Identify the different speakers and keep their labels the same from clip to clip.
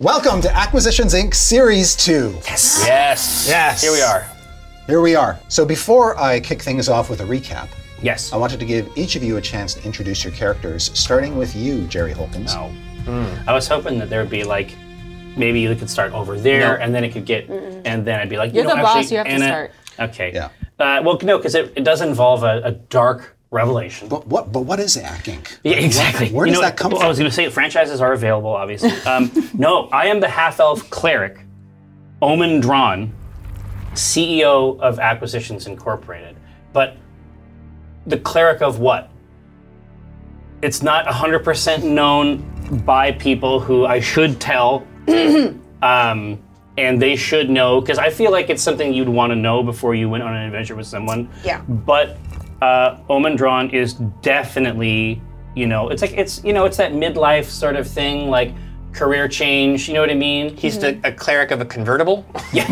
Speaker 1: Welcome to Acquisitions Inc. Series 2.
Speaker 2: Yes.
Speaker 3: Yes.
Speaker 2: Here we are.
Speaker 1: Here we are. So, before I kick things off with a recap,
Speaker 3: Yes.
Speaker 1: I wanted to give each of you a chance to introduce your characters, starting with you, Jerry Holkins.
Speaker 3: No. I was hoping that there would be like, maybe you could start over there,
Speaker 1: No.
Speaker 3: and then it could get, and then I'd be like,
Speaker 4: You're
Speaker 3: you know,
Speaker 4: the boss,
Speaker 3: actually,
Speaker 4: you have to
Speaker 3: Anna-
Speaker 4: start.
Speaker 3: Okay.
Speaker 1: Yeah.
Speaker 3: Uh, well, no, because it, it does involve a, a dark revelation.
Speaker 1: But what? But what is Ack Inc?
Speaker 3: Yeah, exactly.
Speaker 1: Where
Speaker 3: You
Speaker 1: does
Speaker 3: know,
Speaker 1: that come
Speaker 3: well,
Speaker 1: from?
Speaker 3: I was going to say franchises are available, obviously. Um, no, I am the half elf cleric, Omen Drawn, CEO of Acquisitions Incorporated. But the cleric of what? It's not 100% known by people who I should tell. um, and they should know, because I feel like it's something you'd want to know before you went on an adventure with someone.
Speaker 4: Yeah.
Speaker 3: But uh, Omen Drawn is definitely, you know, it's like it's you know, it's that midlife sort of thing, like career change. You know what I mean? He's
Speaker 2: He's the, a cleric of a convertible.
Speaker 3: yeah.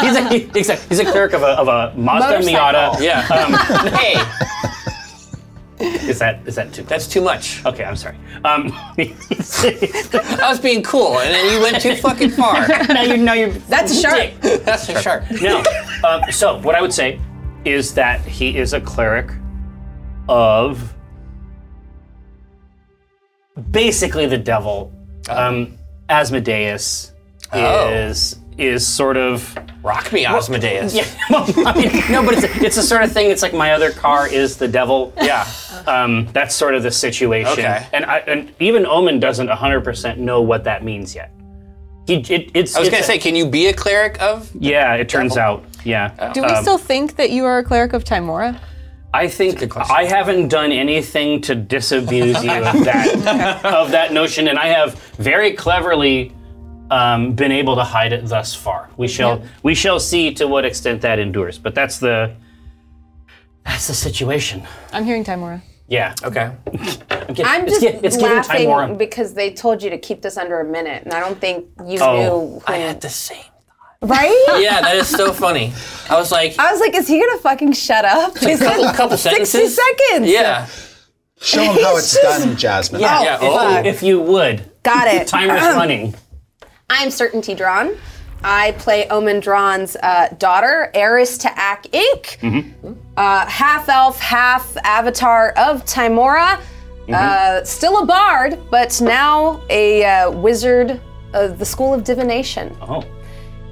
Speaker 3: he's, a, he's, a, he's a clerk of a, of a Mazda
Speaker 4: Motorcycle.
Speaker 3: Miata.
Speaker 2: Yeah.
Speaker 3: Um,
Speaker 2: hey,
Speaker 3: is that is that too?
Speaker 2: that's too much.
Speaker 3: okay. I'm sorry. Um,
Speaker 2: I was being cool, and then you went too fucking far.
Speaker 3: now you now you're
Speaker 4: That's sharp.
Speaker 2: That's for sure.
Speaker 3: No. Um, so what I would say is that he is a cleric of basically the devil. Um, Asmodeus
Speaker 2: Uh-huh. Oh.
Speaker 3: is is sort of
Speaker 2: Rock me, Osmodeus.
Speaker 3: yeah. Well, I mean, no, but it's it's the sort of thing. It's like my other car is the devil.
Speaker 2: Yeah.
Speaker 3: Um, that's sort of the situation.
Speaker 2: Okay.
Speaker 3: And I, and even Omen doesn't 100% know what that means yet. He it, it's
Speaker 2: I was
Speaker 3: it's
Speaker 2: gonna
Speaker 3: a-
Speaker 2: say, can you be a cleric of?
Speaker 3: yeah. It turns out yeah.
Speaker 2: Oh.
Speaker 4: Do we still think that you are a cleric of Timora?
Speaker 3: I think I haven't done anything to disabuse you of that of that notion, and I have very cleverly um, been able to hide it thus far. We shall we shall see to what extent that endures, but that's the that's the situation.
Speaker 4: I'm hearing Timora.
Speaker 3: Yeah,
Speaker 2: Okay.
Speaker 3: Get-
Speaker 5: I'm
Speaker 3: it's
Speaker 5: just
Speaker 3: get- it's giving
Speaker 5: laughing
Speaker 3: Timora.
Speaker 5: because they told you to keep this under a minute, and I don't think you knew. Who,
Speaker 2: Oh, I had the same.
Speaker 5: right?
Speaker 2: Yeah, that is so funny. I was like,
Speaker 5: I was like, is he gonna fucking shut up? He said
Speaker 2: couple, couple
Speaker 5: 60
Speaker 2: sentences.
Speaker 5: seconds.
Speaker 2: Yeah.
Speaker 1: Show them how it's done, Jasmine.
Speaker 5: Oh,
Speaker 2: Yeah.
Speaker 5: fuck.
Speaker 3: If you would,
Speaker 5: Got it.
Speaker 3: timer's running.
Speaker 5: I'm Certainty Drawn. I play Omen Drawn's uh, daughter, heiress to Ak Inc.,
Speaker 2: Mm-hmm.
Speaker 5: uh, half elf, half avatar of Timora,
Speaker 2: Mm-hmm.
Speaker 5: uh, still a bard, but now a uh, wizard of the School of Divination.
Speaker 3: Oh,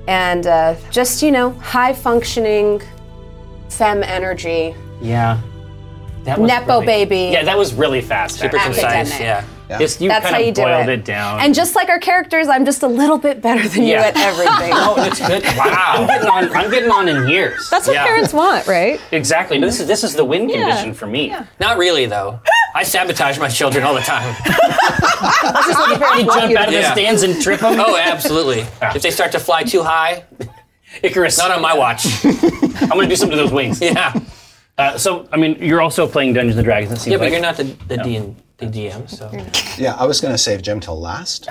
Speaker 5: and uh, just you know high functioning femme energy
Speaker 3: yeah. That was
Speaker 5: Nepo
Speaker 3: really-
Speaker 5: baby.
Speaker 3: Yeah, that was really fast. Super
Speaker 5: Academic.
Speaker 2: Nice, yeah.
Speaker 3: Just, you
Speaker 5: That's
Speaker 3: kind
Speaker 5: how
Speaker 3: of
Speaker 5: you do
Speaker 3: boiled
Speaker 5: it.
Speaker 3: it. down.
Speaker 5: and just like our characters i'm just a little bit better than
Speaker 3: Yeah.
Speaker 5: you at everything
Speaker 3: Oh, it's good. Wow. I'm getting on, I'm getting on in years.
Speaker 4: That's what
Speaker 2: Yeah.
Speaker 4: parents want, right?
Speaker 3: exactly. No, this is this is the win condition for me.
Speaker 2: Not really though. I sabotage my children all the time.
Speaker 3: You jump out of the
Speaker 2: Yeah.
Speaker 3: stands and trip them.
Speaker 2: Oh, absolutely. If they start to fly too high,
Speaker 3: Icarus.
Speaker 2: Oh, not on my watch.
Speaker 3: I'm gonna do something to those wings.
Speaker 2: Yeah.
Speaker 3: Uh, so, I mean, you're also playing Dungeons and Dragons. It seems
Speaker 2: Yeah, but
Speaker 3: like.
Speaker 2: you're not the, the, D and, the DM, so.
Speaker 1: Yeah, I was going to save Jim till last.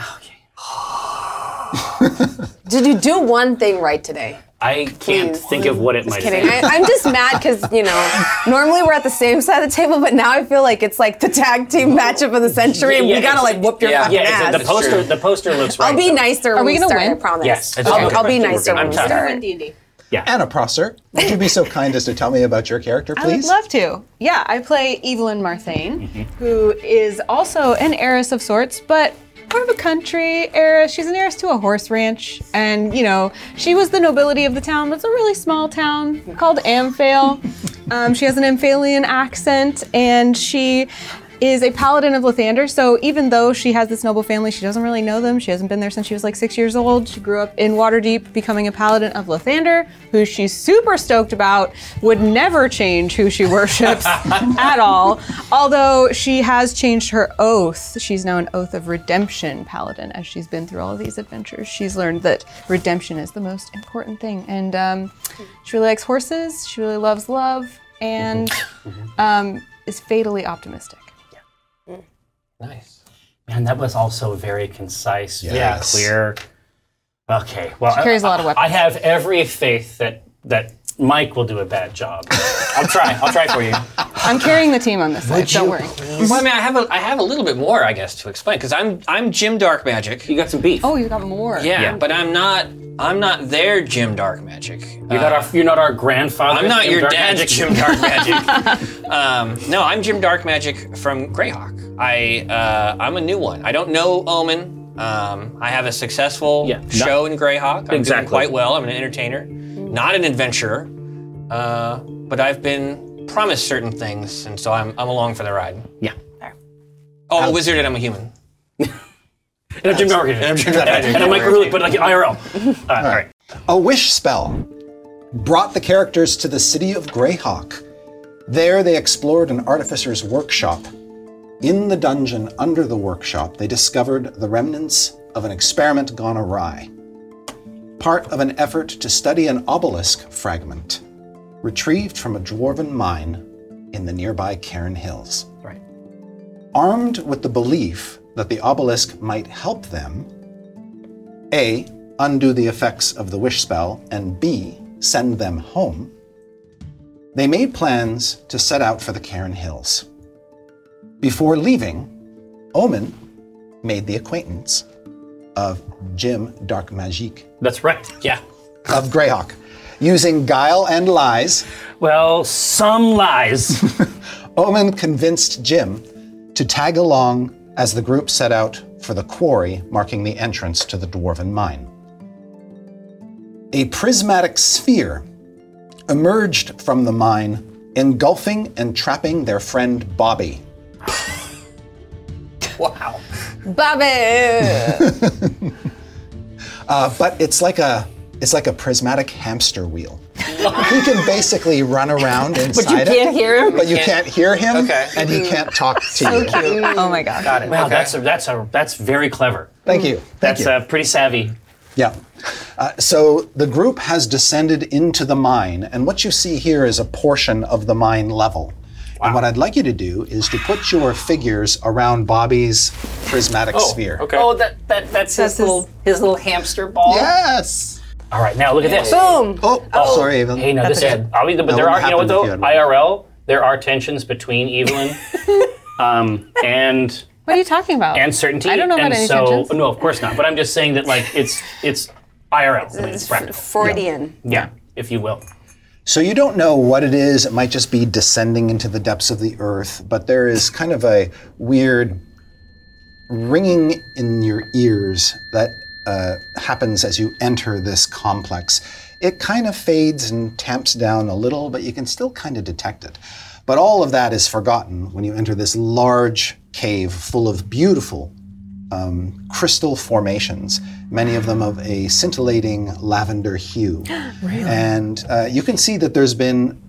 Speaker 5: did you do one thing right today
Speaker 3: I can't think of what it might
Speaker 5: kidding
Speaker 3: be.
Speaker 5: I, i'm just mad because you know normally we're at the same side of the table but now i feel like it's like the tag team matchup of the century and
Speaker 3: Yeah, yeah,
Speaker 5: we gotta
Speaker 3: it's-
Speaker 5: like whoop your
Speaker 2: yeah,
Speaker 5: fucking
Speaker 3: Yeah, it's-
Speaker 5: ass
Speaker 3: the poster.
Speaker 2: true.
Speaker 3: The poster looks right.
Speaker 5: i'll be
Speaker 3: though.
Speaker 5: nicer when
Speaker 4: we gonna
Speaker 5: start
Speaker 4: win?
Speaker 5: I promise.
Speaker 3: Yes, that's
Speaker 5: I'll,
Speaker 2: okay.
Speaker 5: I'll be
Speaker 3: We're
Speaker 5: nicer
Speaker 3: gonna-
Speaker 5: when we
Speaker 3: I'm
Speaker 5: start.
Speaker 1: Anna Prosser, would you be so kind as to tell me about your character,
Speaker 4: I would
Speaker 1: please?
Speaker 4: love to. Yeah, I play Evelyn Marthane, who is also an heiress of sorts, but more of a country heiress. She's an heiress to a horse ranch, and you know, she was the nobility of the town. It's a really small town called Amphale. Um, she has an Amphalian accent, and she is a paladin of Lathander. So even though she has this noble family, she doesn't really know them. She hasn't been there since she was like six years old. She grew up in Waterdeep, becoming a paladin of Lathander, who she's super stoked about, would never change who she worships at all. Although she has changed her oath. She's now an Oath of Redemption paladin as she's been through all of these adventures. She's learned that redemption is the most important thing. And um, she really likes horses, she really loves love, and um, is fatally optimistic.
Speaker 2: Nice.
Speaker 3: Man, that was also very concise. very
Speaker 1: Yes.
Speaker 3: clear. Okay. Well,
Speaker 4: carries a lot of
Speaker 3: I-
Speaker 4: weapons.
Speaker 3: I have every faith that that Mike will do a bad job. I'll try. I'll try for you.
Speaker 4: I'm carrying the team on this side. Don't worry.
Speaker 2: Well, I mean, I have a, I have a little bit more, I guess, to explain because I'm I'm Jim Dark Magic.
Speaker 3: You got some beef.
Speaker 4: Oh, you got more.
Speaker 2: Yeah,
Speaker 3: Yeah.
Speaker 2: but I'm not. I'm not their Jim Dark Magic.
Speaker 3: You're not our, you're not our grandfather.
Speaker 2: I'm not
Speaker 3: Jim
Speaker 2: your
Speaker 3: Dark
Speaker 2: dad's
Speaker 3: Magic.
Speaker 2: Jim Dark Magic. um, no, I'm Jim Dark Magic from Greyhawk. I uh, I'm a new one. I don't know Omen. Um, I have a successful
Speaker 3: Yeah, not-
Speaker 2: show in Greyhawk. I'm doing
Speaker 3: Exactly.
Speaker 2: quite well. I'm an entertainer, not an adventurer. Uh, but I've been promised certain things, and so I'm I'm along for the ride.
Speaker 3: Yeah.
Speaker 2: Oh, a wizard, and I'm a human.
Speaker 3: And I'm Jim Dark Magic.
Speaker 2: I'm Jim Dark Magic.
Speaker 3: And I'm Mike Ruley, but like IRL. Uh, all right.
Speaker 1: A wish spell brought the characters to the city of Greyhawk. There, they explored an artificer's workshop. In the dungeon under the workshop, they discovered the remnants of an experiment gone awry. Part of an effort to study an obelisk fragment retrieved from a dwarven mine in the nearby Cairn Hills.
Speaker 3: Right.
Speaker 1: Armed with the belief that the obelisk might help them, A. Undo the effects of the wish spell, and B. Send them home, they made plans to set out for the Cairn Hills. Before leaving, Omen made the acquaintance of Jim Dark Magique
Speaker 3: That's right. Yeah.
Speaker 1: of Greyhawk. Using guile and lies,
Speaker 3: Well, some lies.
Speaker 1: Omen convinced Jim to tag along as the group set out for the quarry marking the entrance to the dwarven mine. A prismatic sphere emerged from the mine, engulfing and trapping their friend Bobby.
Speaker 2: Wow.
Speaker 5: Bobby!
Speaker 1: Uh, but it's like a it's like a prismatic hamster wheel. he can basically run around inside but you
Speaker 5: can't hear him?
Speaker 1: But you can't hear him,
Speaker 2: Okay.
Speaker 1: and he can't talk to you.
Speaker 4: Oh my god.
Speaker 3: Got it. Wow, that's a, that's a that's very clever.
Speaker 1: Thank you. Thank
Speaker 3: That's
Speaker 1: you.
Speaker 3: uh, pretty savvy.
Speaker 1: Yeah. Uh, so the group has descended into the mine, and what you see here is a portion of the mine level. And what I'd like you to do is to put your figures around Bobby's prismatic sphere.
Speaker 3: Oh, that, that that's,
Speaker 4: That's his-
Speaker 3: his little his little hamster ball.
Speaker 1: Yes.
Speaker 3: All right, now look at this.
Speaker 5: Boom!
Speaker 1: Oh, sorry, Evelyn.
Speaker 3: Hey, no, this is. I mean, but
Speaker 1: That wouldn't
Speaker 3: there are. You know what
Speaker 1: happen if
Speaker 3: though?
Speaker 1: you had one.
Speaker 3: IRL, there are tensions between Evelyn, um, and
Speaker 4: What are you talking about?
Speaker 3: and certainty.
Speaker 4: I don't know
Speaker 3: and
Speaker 4: about any
Speaker 3: so,
Speaker 4: tensions.
Speaker 3: No, of course not. But I'm just saying that like it's it's IRL. I mean, it's practical.
Speaker 5: Freudian.
Speaker 3: Yeah, if you will.
Speaker 1: So you don't know what it is. It might just be descending into the depths of the earth, but there is kind of a weird ringing in your ears that uh, happens as you enter this complex. It kind of fades and tamps down a little, but you can still kind of detect it. But all of that is forgotten when you enter this large cave full of beautiful um, crystal formations, many of them of a scintillating lavender hue. And uh, you can see that there's been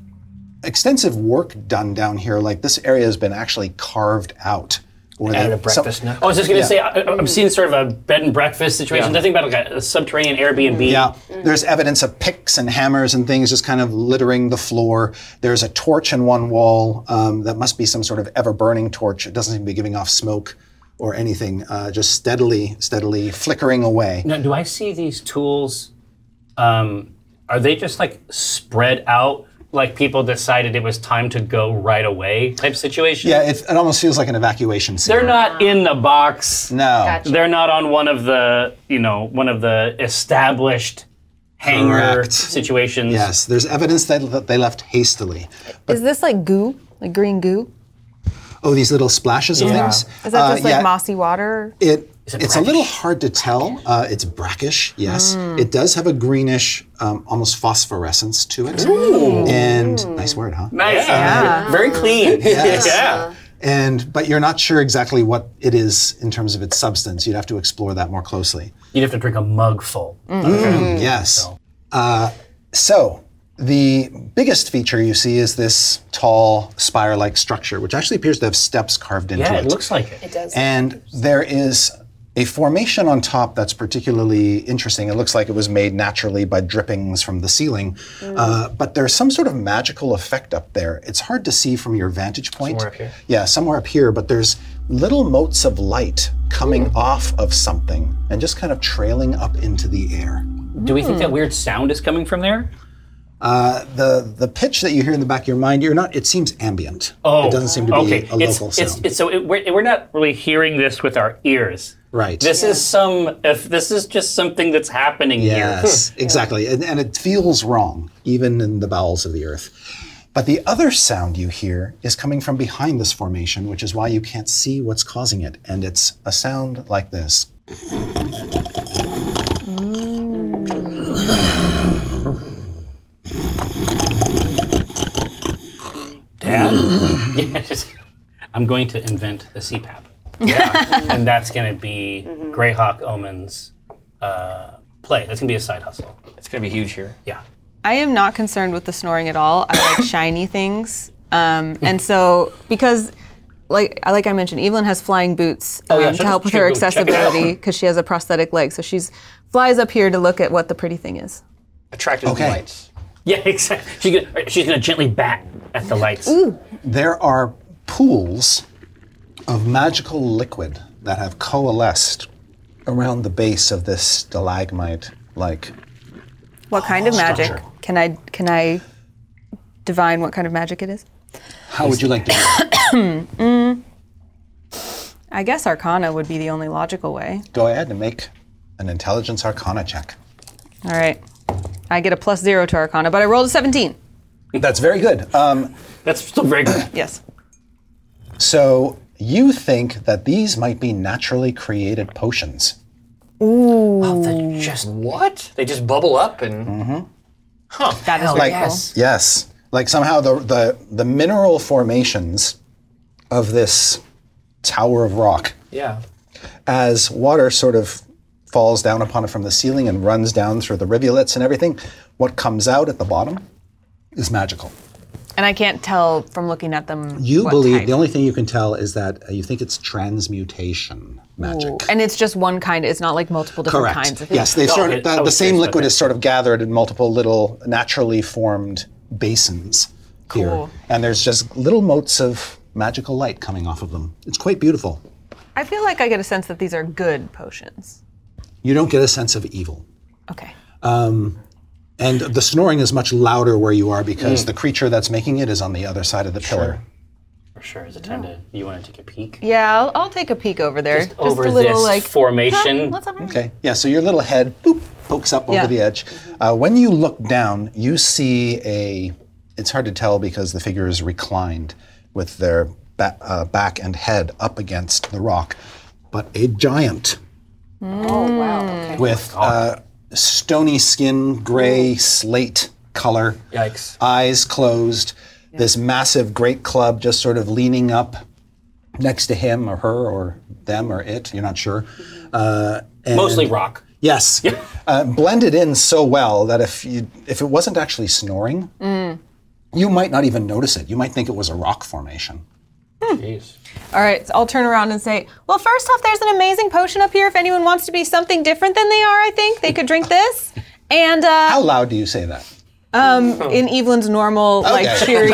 Speaker 1: extensive work done down here. Like this area has been actually carved out. Or
Speaker 2: Added
Speaker 1: they-
Speaker 2: a breakfast nook.
Speaker 3: I was just gonna say I, I'm seeing sort of a bed and breakfast situation. I think about like a, a subterranean Airbnb.
Speaker 1: Yeah, there's evidence of picks and hammers and things just kind of littering the floor. There's a torch in one wall um, that must be some sort of ever-burning torch. It doesn't seem to be giving off smoke or anything. Uh, just steadily, steadily flickering away.
Speaker 3: Now, do I see these tools? Um, are they just like spread out, like people decided it was time to go right away type situation?
Speaker 1: Yeah, it, it almost feels like an evacuation scene.
Speaker 3: They're not in the box.
Speaker 1: No.
Speaker 3: They're not on one of the, you know, one of the established hangar
Speaker 1: Correct.
Speaker 3: situations.
Speaker 1: Yes, there's evidence that, that they left hastily.
Speaker 4: Is this like goo? Like green goo?
Speaker 1: Oh, these little splashes of things.
Speaker 4: Is that
Speaker 1: Uh,
Speaker 4: just like
Speaker 1: yeah,
Speaker 4: mossy water?
Speaker 1: It, it's a little hard to tell. Uh, it's brackish, yes. It does have a greenish, um, almost phosphorescence to it. And nice word, huh?
Speaker 3: Nice. Very clean. yeah.
Speaker 1: And but you're not sure exactly what it is in terms of its substance. You'd have to explore that more closely.
Speaker 3: You'd have to drink a mug full. Hmm.
Speaker 1: Yes. Uh, so the biggest feature you see is this tall spire-like structure, which actually appears to have steps carved into
Speaker 3: Yeah,
Speaker 1: it.
Speaker 3: it looks like it.
Speaker 1: And there is a formation on top that's particularly interesting. It looks like it was made naturally by drippings from the ceiling, uh, but there's some sort of magical effect up there. It's hard to see from your vantage point.
Speaker 3: Somewhere up here?
Speaker 1: Yeah, somewhere up here, but there's little motes of light coming off of something and just kind of trailing up into the air.
Speaker 4: Hmm.
Speaker 3: Do we think that weird sound is coming from there?
Speaker 1: Uh, the the pitch that you hear in the back of your mind, you're not. It seems ambient.
Speaker 3: Oh,
Speaker 1: it doesn't seem to be
Speaker 3: okay.
Speaker 1: a
Speaker 3: it's,
Speaker 1: local sound.
Speaker 3: it's, it's- so it, we're, we're not really hearing this with our ears.
Speaker 1: right.
Speaker 3: This is some. If this is just something that's happening here.
Speaker 1: Yes, exactly. And, and it feels wrong, even in the bowels of the earth. But the other sound you hear is coming from behind this formation, which is why you can't see what's causing it. And it's a sound like this.
Speaker 3: Dad. yes. I'm going to invent a CPAP. Yeah. and that's going to be Greyhawk Omen's uh, play. That's going to be a side hustle.
Speaker 2: It's gonna be huge here.
Speaker 3: Yeah.
Speaker 4: I am not concerned with the snoring at all. I like shiny things. Um, and so, because, like, like I mentioned, Evelyn has flying boots
Speaker 3: yeah,
Speaker 4: um,
Speaker 3: sure,
Speaker 4: to help with
Speaker 3: sure,
Speaker 4: her
Speaker 3: go check it out.
Speaker 4: accessibility because she has a prosthetic leg. So she's flies up here to look at what the pretty thing is.
Speaker 2: Attracted to
Speaker 1: Okay.
Speaker 2: the lights.
Speaker 3: Yeah, exactly. She's gonna, uh, she's gonna gently bat at the lights.
Speaker 1: There are pools of magical liquid that have coalesced around the base of this stalagmite like
Speaker 4: What kind of magic?
Speaker 1: Structure.
Speaker 4: Can I can I divine what kind of magic it is?
Speaker 1: how would you like to do it?
Speaker 4: I guess Arcana would be the only logical way.
Speaker 1: go ahead and make an intelligence arcana check
Speaker 4: All right. I get a plus zero to Arcana, but I rolled a 17.
Speaker 1: that's very good um,
Speaker 3: That's still very good.
Speaker 4: Yes.
Speaker 1: So you think that these might be naturally created potions?
Speaker 2: Oh, they just what? They just bubble up and. Huh.
Speaker 4: That is
Speaker 2: hell
Speaker 4: like-
Speaker 2: yes.
Speaker 1: Yes. Like somehow the the, the mineral formations of this tower of rock
Speaker 2: Yeah.
Speaker 1: as water sort of falls down upon it from the ceiling and runs down through the rivulets and everything, what comes out at the bottom is magical.
Speaker 4: And I can't tell from looking at them.
Speaker 1: You
Speaker 4: what
Speaker 1: believe
Speaker 4: type.
Speaker 1: the only thing you can tell is that uh, you think it's transmutation magic.
Speaker 4: And it's just one kind. It's not like multiple different
Speaker 1: Correct.
Speaker 4: kinds of things.
Speaker 1: yes, they've
Speaker 3: No,
Speaker 1: sort
Speaker 3: it-
Speaker 1: of,
Speaker 3: I
Speaker 1: the, the
Speaker 3: was
Speaker 1: same
Speaker 3: curious about
Speaker 1: liquid
Speaker 3: that.
Speaker 1: is sort of gathered in multiple little naturally formed basins here,
Speaker 4: Cool.
Speaker 1: and there's just little motes of magical light coming off of them. It's quite beautiful.
Speaker 4: I feel like I get a sense that these are good potions.
Speaker 1: You don't get a sense of evil,
Speaker 4: Okay.
Speaker 1: and the snoring is much louder where you are
Speaker 4: Mm.
Speaker 1: because the creature that's making it is on the other side of the pillar.
Speaker 3: For sure. Is it time to? You want to take a peek?
Speaker 4: Yeah, I'll, I'll take a peek over there. Just,
Speaker 3: Over
Speaker 4: a little
Speaker 3: this
Speaker 4: like
Speaker 3: formation.
Speaker 4: Let's have a-
Speaker 1: Okay. Yeah. So your little head boop, pokes up
Speaker 4: Yeah.
Speaker 1: over the edge. Uh, when you look down, you see a. It's hard to tell because the figure is reclined with their ba- uh, back and head up against the rock, but a giant
Speaker 5: Oh wow. Okay.
Speaker 1: with uh, stony skin, gray slate color,
Speaker 2: Yikes.
Speaker 1: eyes closed. This massive great club just sort of leaning up next to him or her or them or it. You're not sure. Uh, and-
Speaker 3: Mostly rock.
Speaker 1: Yes. Uh, blended in so well that if you if it wasn't actually snoring,
Speaker 4: Mm.
Speaker 1: you might not even notice it. You might think it was a rock formation.
Speaker 3: Jeez.
Speaker 4: All right, so I'll turn around and say, well, first off, there's an amazing potion up here. If anyone wants to be something different than they are, I think they could drink this. And uh,
Speaker 1: How loud do you say that?
Speaker 4: in Evelyn's normal, like
Speaker 1: Oh. Okay.
Speaker 4: cheery.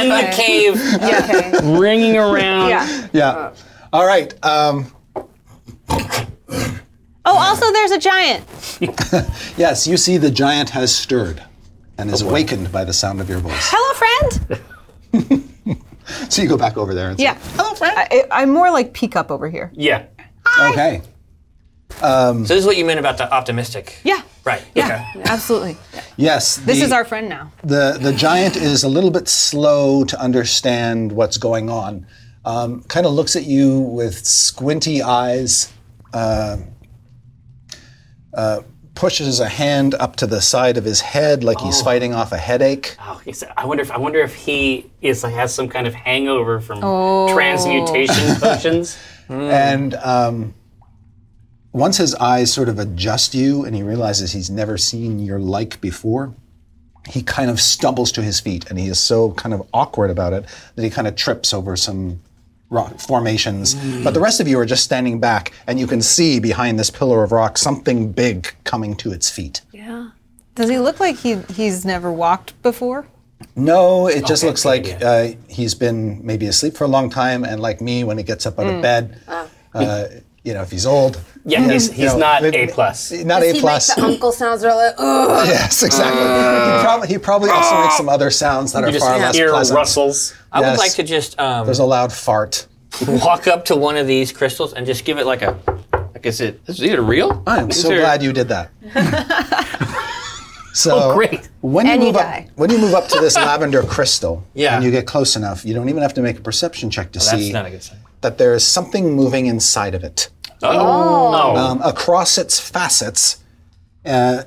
Speaker 3: In the cave,
Speaker 5: okay.
Speaker 3: ringing around.
Speaker 4: yeah.
Speaker 1: Yeah. Uh, All right. Um,
Speaker 4: Oh, also, there's a giant.
Speaker 1: yes, you see the giant has stirred and is awakened by the sound of your voice.
Speaker 4: Hello, friend.
Speaker 1: So you go back over there and say,
Speaker 4: Yeah.
Speaker 1: "Hello, friend."
Speaker 4: I, I'm more like peek up over here.
Speaker 3: Yeah.
Speaker 1: okay.
Speaker 2: So this is what you meant about the optimistic.
Speaker 4: Yeah.
Speaker 2: Right.
Speaker 4: Yeah. Absolutely.
Speaker 1: Yes.
Speaker 4: This is our friend now.
Speaker 1: the the giant is a little bit slow to understand what's going on. Um, kind of looks at you with squinty eyes. Uh, uh, pushes a hand up to the side of his head like he's fighting off a headache.
Speaker 3: Oh, he's- I wonder if I wonder if he is like has some kind of hangover from Oh. transmutation potions.
Speaker 1: And um, once his eyes sort of adjust you and he realizes he's never seen your like before, he kind of stumbles to his feet and he is so kind of awkward about it that he kind of trips over some rock formations.
Speaker 3: Mm.
Speaker 1: But the rest of you are just standing back and you can see behind this pillar of rock something big coming to its feet.
Speaker 4: Does he look like he he's never walked before?
Speaker 1: No, it just looks
Speaker 3: good
Speaker 1: like uh, he's been maybe asleep for a long time and like me when he gets up out of bed. Uh, you know, if he's old.
Speaker 3: Mm. Ah. Yeah, he's,
Speaker 1: you
Speaker 3: he's
Speaker 1: know,
Speaker 3: not
Speaker 1: maybe-
Speaker 3: A plus.
Speaker 1: Not
Speaker 5: Does
Speaker 1: A
Speaker 5: he
Speaker 1: plus.
Speaker 5: make the uncle sounds real like, ugh?
Speaker 1: Yes, exactly. he, probably, he probably also makes some other sounds that are
Speaker 2: Uh, oh. just
Speaker 1: far
Speaker 2: hear
Speaker 1: less
Speaker 3: Ear
Speaker 1: pleasant.
Speaker 3: rustles.
Speaker 2: I would
Speaker 1: Yes.
Speaker 2: like to just um,
Speaker 1: There's a loud fart.
Speaker 2: walk up to one of these crystals and just give it like a. Like is it? Is it real?
Speaker 1: I am so
Speaker 2: Sure.
Speaker 1: glad you did that. so
Speaker 2: Oh,
Speaker 3: great.
Speaker 1: When you
Speaker 5: And you
Speaker 1: move
Speaker 5: die.
Speaker 1: up, when you move up to this lavender crystal,
Speaker 2: Yeah. Oh,
Speaker 1: and you get close enough, you don't even have to make a perception check to
Speaker 2: That's
Speaker 1: see
Speaker 2: not a good sign.
Speaker 1: that there is something moving inside of it.
Speaker 3: Oh.
Speaker 1: Um, across its facets, uh,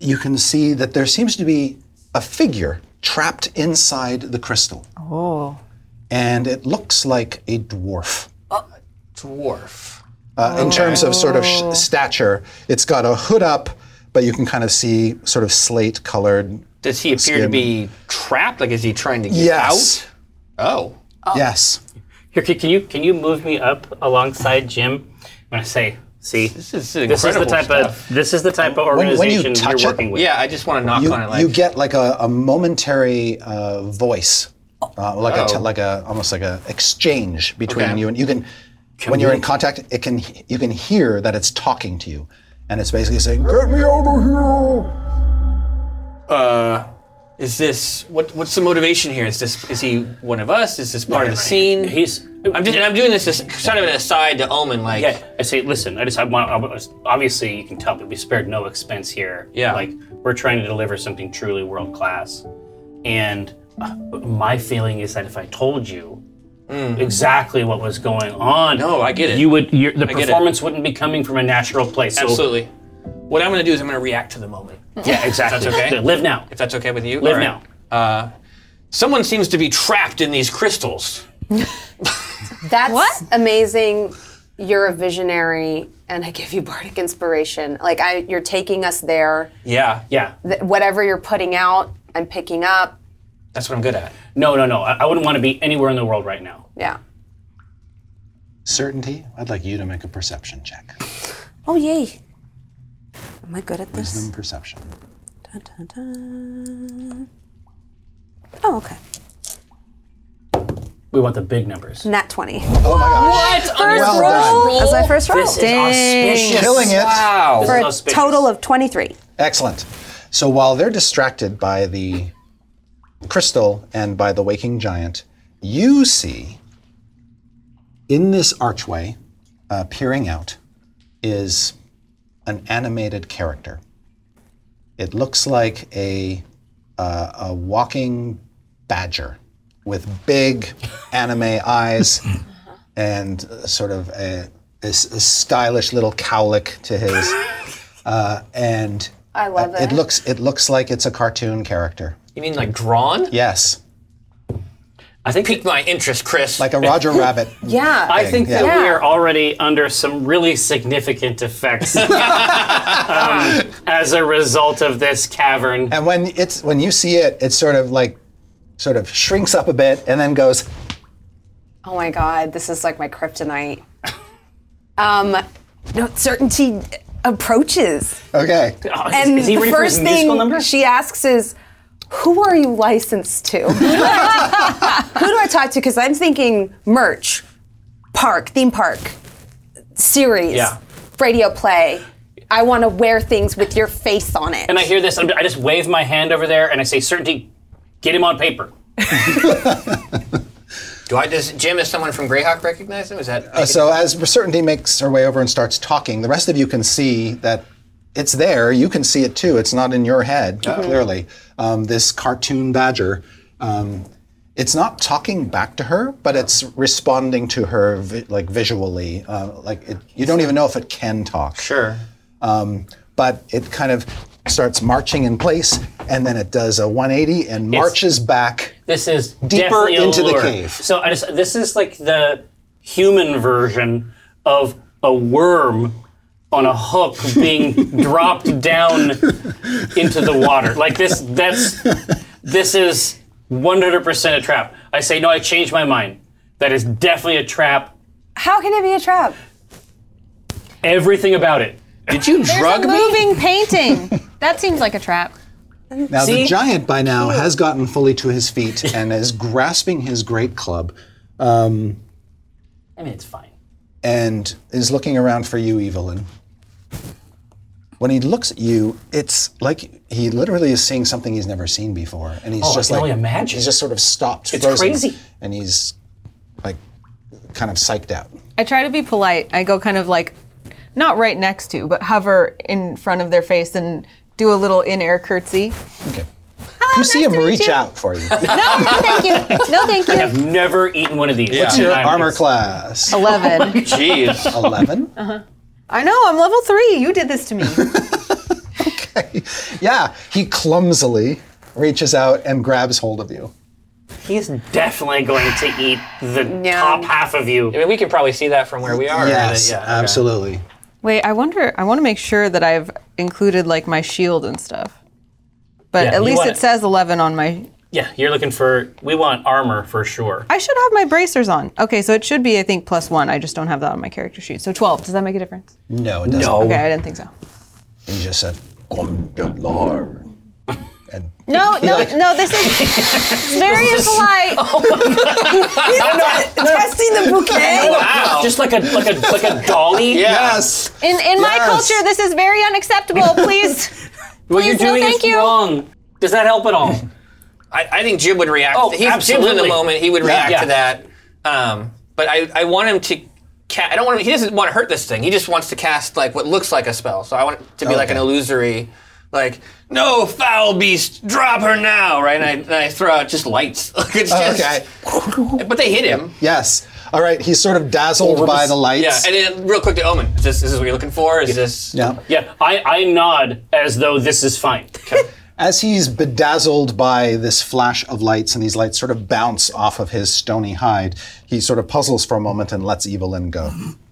Speaker 1: you can see that there seems to be a figure trapped inside the crystal,
Speaker 6: Oh.
Speaker 1: and it looks like a dwarf.
Speaker 2: Dwarf.
Speaker 1: Uh,
Speaker 2: Oh.
Speaker 1: in terms of sort of sh- stature, it's got a hood up, but you can kind of see sort of slate colored.
Speaker 2: Does he appear to
Speaker 1: Skin.
Speaker 2: be trapped? Like is he trying to get
Speaker 1: Yes.
Speaker 2: out? Oh.
Speaker 1: Yes.
Speaker 3: Here, can can you can you move me up alongside Jim? I'm gonna say, see,
Speaker 2: This is incredible
Speaker 3: this is the type
Speaker 2: stuff.
Speaker 3: of this is the type of
Speaker 1: when you
Speaker 3: organization
Speaker 1: touch it-
Speaker 3: are working with.
Speaker 2: Yeah, I just want to knock
Speaker 1: You,
Speaker 2: on it like
Speaker 1: you get like a, a momentary uh, voice, uh, like a te-
Speaker 2: Oh.
Speaker 1: like a almost like a exchange between
Speaker 2: Okay.
Speaker 1: you and you can. when you're in contact, it can you can hear that it's talking to you, and it's basically saying, "Get me out of here!"
Speaker 2: uh, is this what? What's the motivation here? Is this is he one of us? Is this part of the scene?
Speaker 3: He's.
Speaker 2: I'm just, and I'm doing this as kind of an aside to Omen, like
Speaker 3: Yeah, I say, listen, I just I want. I- Obviously, you can tell that we spared no expense here.
Speaker 2: Yeah.
Speaker 3: like we're trying to deliver something truly world class, and uh, my feeling is that if I told you exactly what was going on,
Speaker 2: Mm. No, I get it.
Speaker 3: You would your, the
Speaker 2: it.
Speaker 3: performance wouldn't be coming from a natural place. So,
Speaker 2: absolutely. What I'm going to do is I'm going to react to the moment, if
Speaker 3: Yeah, exactly.
Speaker 2: That's okay.
Speaker 3: Yeah, Live now.
Speaker 2: that's okay with you.
Speaker 3: Hmm. Live
Speaker 2: All
Speaker 3: now.
Speaker 2: right. Uh, someone seems to be trapped in these crystals.
Speaker 5: That's amazing. You're a visionary, and I give you bardic inspiration. Like I, you're taking us there.
Speaker 2: Yeah,
Speaker 3: Yeah.
Speaker 5: Th- Whatever you're putting out, I'm picking up.
Speaker 2: that's what I'm good at.
Speaker 3: No, no, no. I, I wouldn't want to be anywhere in the world right now.
Speaker 5: Yeah.
Speaker 1: Certainty. I'd like you to make a perception check.
Speaker 5: Oh yay! Am I good at this?
Speaker 1: Wisdom perception.
Speaker 5: Dun, dun, dun. Oh okay.
Speaker 3: We want the big numbers.
Speaker 5: Nat twenty.
Speaker 1: Oh my gosh!
Speaker 2: First
Speaker 1: Well done.
Speaker 5: That's my first roll.
Speaker 3: Auspicious.
Speaker 1: Killing it.
Speaker 2: Wow.
Speaker 5: For a
Speaker 3: Auspicious.
Speaker 5: total of twenty-three.
Speaker 1: Excellent. So while they're distracted by the crystal and by the waking giant, you see in this archway, uh, peering out, is an animated character. It looks like a uh, a walking badger with big anime eyes and uh, sort of a, a s- a stylish little cowlick to his. Uh, and
Speaker 5: I love
Speaker 1: it
Speaker 5: it.
Speaker 1: looks it looks like it's a cartoon character.
Speaker 2: You mean like drawn?
Speaker 1: Yes,
Speaker 3: I think
Speaker 2: Piqued my interest, Chris.
Speaker 1: like a Roger Rabbit.
Speaker 5: Yeah.
Speaker 3: I think
Speaker 1: Yeah.
Speaker 3: that we
Speaker 5: Yeah.
Speaker 3: are already under some really significant effects um, as a result of this cavern.
Speaker 1: And when it's when you see it, it sort of like sort of shrinks up a bit and then goes.
Speaker 5: Oh my god, this is like my kryptonite. um, no certainty approaches.
Speaker 1: Okay.
Speaker 3: Oh, is-
Speaker 5: And
Speaker 3: is he
Speaker 5: the
Speaker 3: ready for his
Speaker 5: first
Speaker 3: musical
Speaker 5: thing
Speaker 3: number?
Speaker 5: she asks is, "Who are you licensed to? Who do I, who do I talk to?" Because I'm thinking merch, park, theme park, series,
Speaker 2: Yeah.
Speaker 5: radio play. I want to wear things with your face on it.
Speaker 3: and I hear this, I'm- I just wave my hand over there and I say, "Certainty, get him on paper."
Speaker 2: Do I does Jim is someone from Greyhawk recognize him? Is that
Speaker 1: Uh, so as certainty makes her way over and starts talking, the rest of you can see that it's there. You can see it too. It's not in your head clearly. Um, this cartoon badger. Um, it's not talking back to her, but it's responding to her vi- like visually. Uh, like it, you don't even know if it can talk.
Speaker 2: sure?
Speaker 1: Um, but it kind of starts marching in place, and then it does a 180 and marches back.
Speaker 3: This is
Speaker 1: Deeper
Speaker 3: definitely
Speaker 1: into the
Speaker 3: allure.
Speaker 1: cave.
Speaker 3: So I just this is like the human version of a worm on a hook being dropped down into the water. Like this that's this is 100% a trap. I say no, I changed my mind. That is definitely a trap.
Speaker 5: How can it be a trap?
Speaker 3: Everything about it.
Speaker 2: Did you drug me?
Speaker 4: Moving painting. that seems like a trap.
Speaker 1: Now the giant by now has gotten fully to his feet and is grasping his great club. Um,
Speaker 3: I mean, it's fine.
Speaker 1: and is looking around for you, Evelyn. When he looks at you, it's like he literally is seeing something he's never seen before, and he's
Speaker 3: Oh, I
Speaker 1: just
Speaker 3: can
Speaker 1: like
Speaker 3: only imagine.
Speaker 1: he's just sort of stopped.
Speaker 3: It's
Speaker 1: frozen,
Speaker 3: crazy.
Speaker 1: and he's like kind of psyched out.
Speaker 4: I try to be polite. I go kind of like, not right next to, but hover in front of their face and do a little in air curtsy.
Speaker 1: Okay, you see him reach out for you.
Speaker 4: No, thank you. No, thank you.
Speaker 3: I've never eaten one of these.
Speaker 1: What's your armor class?
Speaker 4: 11.
Speaker 2: Jeez.
Speaker 1: Eleven.
Speaker 4: I know, I'm level three. You did this to me.
Speaker 1: Yeah, he clumsily reaches out and grabs hold of you.
Speaker 3: He's definitely going to eat the
Speaker 5: Yeah.
Speaker 3: top half of you.
Speaker 2: I mean, we can probably see that from where we are.
Speaker 1: yes,
Speaker 2: Yeah, okay.
Speaker 1: absolutely.
Speaker 4: Wait, I wonder, I want to make sure that I've included like my shield and stuff. But
Speaker 3: Yeah,
Speaker 4: at
Speaker 3: you
Speaker 4: least
Speaker 3: wanna-
Speaker 4: it says 11 on my.
Speaker 3: Yeah, you're looking for. We want armor for sure.
Speaker 4: I should have my bracers on. Okay, so it should be, I think, plus one. I just don't have that on my character sheet. So 12. Does that make a difference?
Speaker 1: No, it doesn't. No.
Speaker 4: Okay, I didn't think so.
Speaker 1: He just said, "Come to Lord." And
Speaker 4: No, no, no, this is very polite.
Speaker 5: Testing the bouquet.
Speaker 2: Wow.
Speaker 3: Just like a like a like a dolly.
Speaker 1: yes,
Speaker 4: In, in my
Speaker 1: Yes.
Speaker 4: culture, this is very unacceptable. Please.
Speaker 3: What you're
Speaker 4: Please, no,
Speaker 3: doing
Speaker 4: thank
Speaker 3: is
Speaker 4: you.
Speaker 3: wrong. Does that help at all?
Speaker 2: I, I think Jim would react.
Speaker 3: Oh,
Speaker 2: He's Jim's in
Speaker 3: absolutely.
Speaker 2: the moment. He would react
Speaker 3: yeah.
Speaker 2: to that. Um, but I, I want him to. Ca- I don't want him. He doesn't want to hurt this thing. He just wants to cast like what looks like a spell. So I want it to be like an
Speaker 1: Okay.
Speaker 2: illusory, like no foul beast, drop her now, right? And I, and I throw out just lights. Like, it's just,
Speaker 1: Oh, okay.
Speaker 2: But they hit him.
Speaker 1: yes. All right, he's sort of dazzled by the
Speaker 2: Yeah.
Speaker 1: lights.
Speaker 2: And then real quick to Omen. Is this, is this what you're looking for? Is this?
Speaker 1: Yeah.
Speaker 3: Yeah, I, I nod as though this is fine.
Speaker 1: As he's bedazzled by this flash of lights, and these lights sort of bounce off of his stony hide, he sort of puzzles for a moment and lets Evelyn go.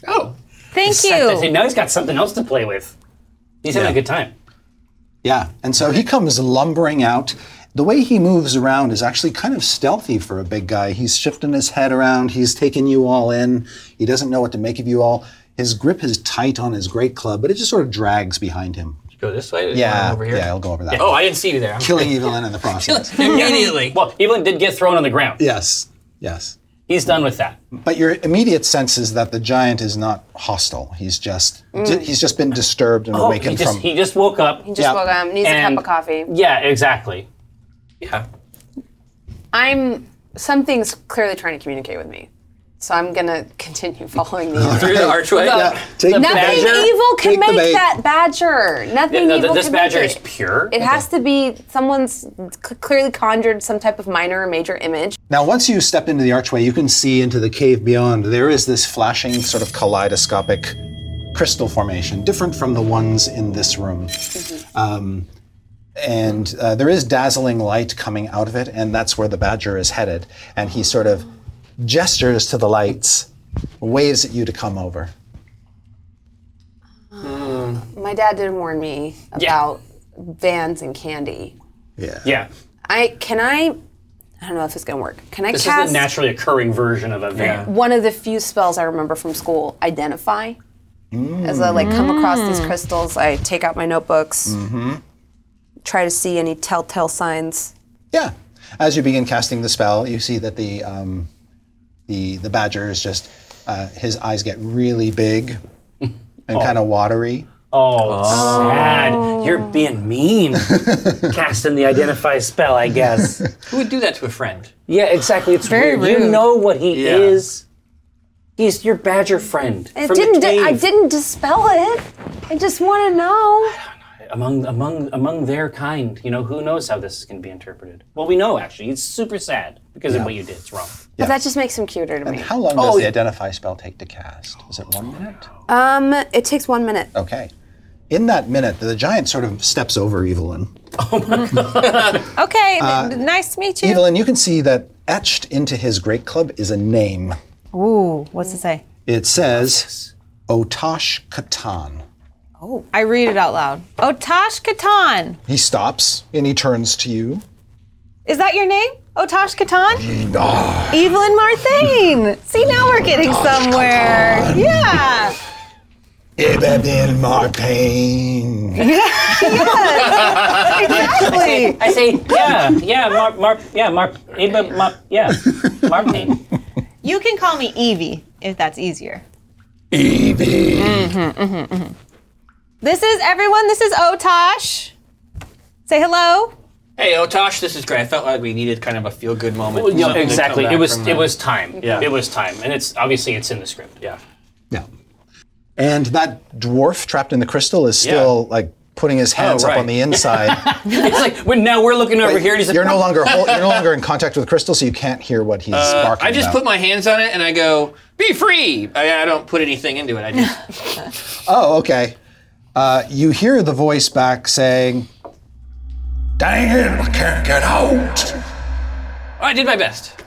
Speaker 2: Oh.
Speaker 4: Thank
Speaker 3: See,
Speaker 4: you.
Speaker 3: now he's got something else to play with. He's having a good time.
Speaker 1: Yeah, and so he comes lumbering out. The way he moves around is actually kind of stealthy for a big guy. He's shifting his head around, he's taking you all in. He doesn't know what to make of you all. His grip is tight on his great club, but it just sort of drags behind him.
Speaker 2: Go this way.
Speaker 1: Yeah,
Speaker 2: Over here.
Speaker 1: yeah, I'll go over that.
Speaker 2: Oh, I didn't see you there. I'm
Speaker 1: Killing Evelyn in the process.
Speaker 2: Immediately.
Speaker 3: Well, Evelyn did get thrown on the ground.
Speaker 1: yes, yes.
Speaker 3: He's done with that.
Speaker 1: But your immediate sense is that the giant is not hostile. He's just he's just been disturbed and
Speaker 3: Oh, he
Speaker 1: awakened
Speaker 3: just
Speaker 1: from.
Speaker 3: he just woke up.
Speaker 5: Just
Speaker 1: Yeah.
Speaker 5: woke up. Needs a
Speaker 3: and-
Speaker 5: cup of coffee.
Speaker 3: Yeah, exactly.
Speaker 2: yeah.
Speaker 5: I'm something's clearly trying to communicate with me, so I'm gonna continue following the.
Speaker 2: Through the archway.
Speaker 1: yeah, take
Speaker 3: The
Speaker 1: the
Speaker 5: Nothing
Speaker 3: Badger?
Speaker 5: evil can
Speaker 1: Take the
Speaker 5: make
Speaker 1: bait.
Speaker 5: that badger. Nothing
Speaker 3: No, th-
Speaker 5: evil
Speaker 3: this
Speaker 5: can make
Speaker 3: badger is
Speaker 5: it.
Speaker 3: pure.
Speaker 5: It has to be someone's c- clearly conjured some type of minor or major image.
Speaker 1: Now, once you step into the archway, you can see into the cave beyond. There is this flashing, sort of kaleidoscopic crystal formation, different from the ones in this room. Um, and uh, there is dazzling light coming out of it, and that's where the badger is headed. And he sort of gestures to the lights, waves at you to come over.
Speaker 5: My dad did warn me about vans and candy.
Speaker 1: Yeah.
Speaker 3: yeah.
Speaker 5: I can I. I don't know if it's gonna work. Can I
Speaker 3: This is
Speaker 5: cast
Speaker 3: a naturally occurring version of a van.
Speaker 5: one of the few spells I remember from school? Identify. As I like come across
Speaker 3: Mm.
Speaker 5: these crystals, I take out my notebooks,
Speaker 1: Mm-hmm.
Speaker 5: try to see any telltale signs.
Speaker 1: Yeah. As you begin casting the spell, you see that the um, the the badger is just uh, his eyes get really big and kind of watery.
Speaker 3: Oh, it's sad. You're
Speaker 5: Oh.
Speaker 3: being mean. Casting the identify spell, I guess.
Speaker 2: Who would do that to a friend?
Speaker 3: Yeah, exactly. It's
Speaker 4: Very
Speaker 3: weird. You
Speaker 4: rude.
Speaker 3: know what he
Speaker 2: Yeah.
Speaker 3: is. He's your badger friend.
Speaker 5: I
Speaker 3: from
Speaker 5: didn't.
Speaker 3: The
Speaker 5: di-
Speaker 3: cave.
Speaker 5: I didn't dispel it. I just want to know.
Speaker 3: among among among their kind. You know, who knows how this is going to be interpreted? Well, we know actually. It's super sad because of what you did. It's wrong.
Speaker 5: But that just makes him cuter to me.
Speaker 1: How long does
Speaker 3: Oh,
Speaker 1: the
Speaker 3: yeah.
Speaker 1: identify spell take to cast? Is it one minute?
Speaker 5: Um, it takes one minute.
Speaker 1: Okay. In that minute, the giant sort of steps over Evelyn.
Speaker 4: Okay, n- nice to meet you.
Speaker 1: Evelyn, you can see that etched into his great club is a name.
Speaker 4: Ooh, what's it say?
Speaker 1: It says Otash Katan.
Speaker 4: I read it out loud. Otash Katan.
Speaker 1: He stops and he turns to you.
Speaker 4: Is that your name? Otash Katan? Evelyn Marthane. See, now we're getting somewhere. Yeah.
Speaker 1: Ibadil Martain.
Speaker 4: Exactly.
Speaker 3: I say, yeah, yeah, Marp, Marp, yeah, eh, Marp, Aba, Marp, yeah, Marp.
Speaker 4: You can call me Evie if that's easier.
Speaker 1: E Evie.
Speaker 2: Mm.
Speaker 4: This is everyone. This is Otosh. Say hello.
Speaker 2: Hey, Otosh, this is great. I felt like we needed kind of a feel good moment.
Speaker 3: Well, yeah,
Speaker 2: Something to come
Speaker 3: exactly.
Speaker 2: back
Speaker 3: It was
Speaker 2: from
Speaker 3: it
Speaker 2: the-
Speaker 3: was time.
Speaker 2: Yeah.
Speaker 3: It was time, and it's obviously it's in the script. Yeah.
Speaker 1: Yeah. And that dwarf trapped in the crystal is still like putting his hands up
Speaker 2: Oh, right.
Speaker 1: on the inside.
Speaker 3: It's like when now we're looking over here. And he's like,
Speaker 1: you're no longer hol- you're no longer in contact with the crystal, so you can't hear what he's barking.
Speaker 2: Uh, I just
Speaker 1: about.
Speaker 2: put my hands on it and I go, "Be free." I, I don't put anything into it. I just
Speaker 1: Oh, okay. Uh, you hear the voice back saying, "Dang it, I can't get out."
Speaker 2: I did my best.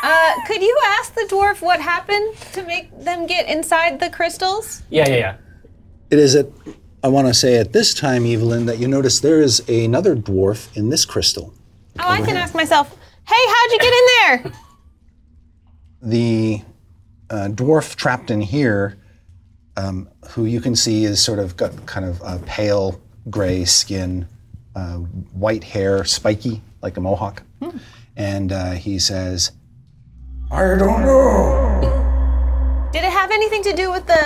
Speaker 4: Uh, could you ask the dwarf what happened to make them get inside the crystals?
Speaker 3: yeah, yeah, yeah.
Speaker 1: It is at, I want to say at this time, Evelyn, that you notice there is another dwarf in this crystal.
Speaker 4: Oh, I can ask myself. Hey, how'd you get in there?
Speaker 1: The uh, dwarf trapped in here, um, who you can see is sort of got kind of a pale gray skin, uh, white hair, spiky like a mohawk. And uh, he says, I don't know.
Speaker 4: Did it have anything to do with the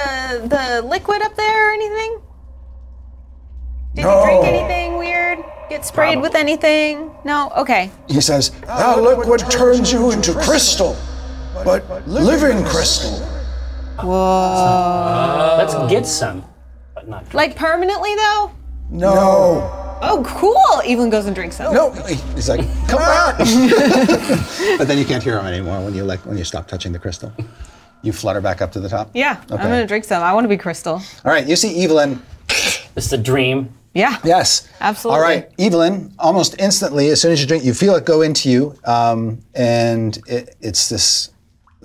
Speaker 4: the liquid up there or anything? Did you drink anything weird? Get sprayed with anything? No. Okay.
Speaker 1: He says, That liquid turns you into crystal, but living crystal. Uh.
Speaker 3: Let's get some, but not.
Speaker 4: Um, Like permanently though?
Speaker 1: No.
Speaker 4: Oh, cool. Evelyn goes and drinks some.
Speaker 1: no. He's like, come on. but then you can't hear him anymore when you like when you stop touching the crystal. You flutter back up to the top.
Speaker 4: Yeah,
Speaker 1: Okay.
Speaker 4: I'm gonna drink some. I want to be crystal.
Speaker 1: All right. You see Evelyn.
Speaker 3: It's the dream.
Speaker 4: Yeah.
Speaker 1: Yes.
Speaker 4: Absolutely.
Speaker 1: All right, Evelyn. Almost instantly, as soon as you drink, you feel it go into you, um, and it, it's this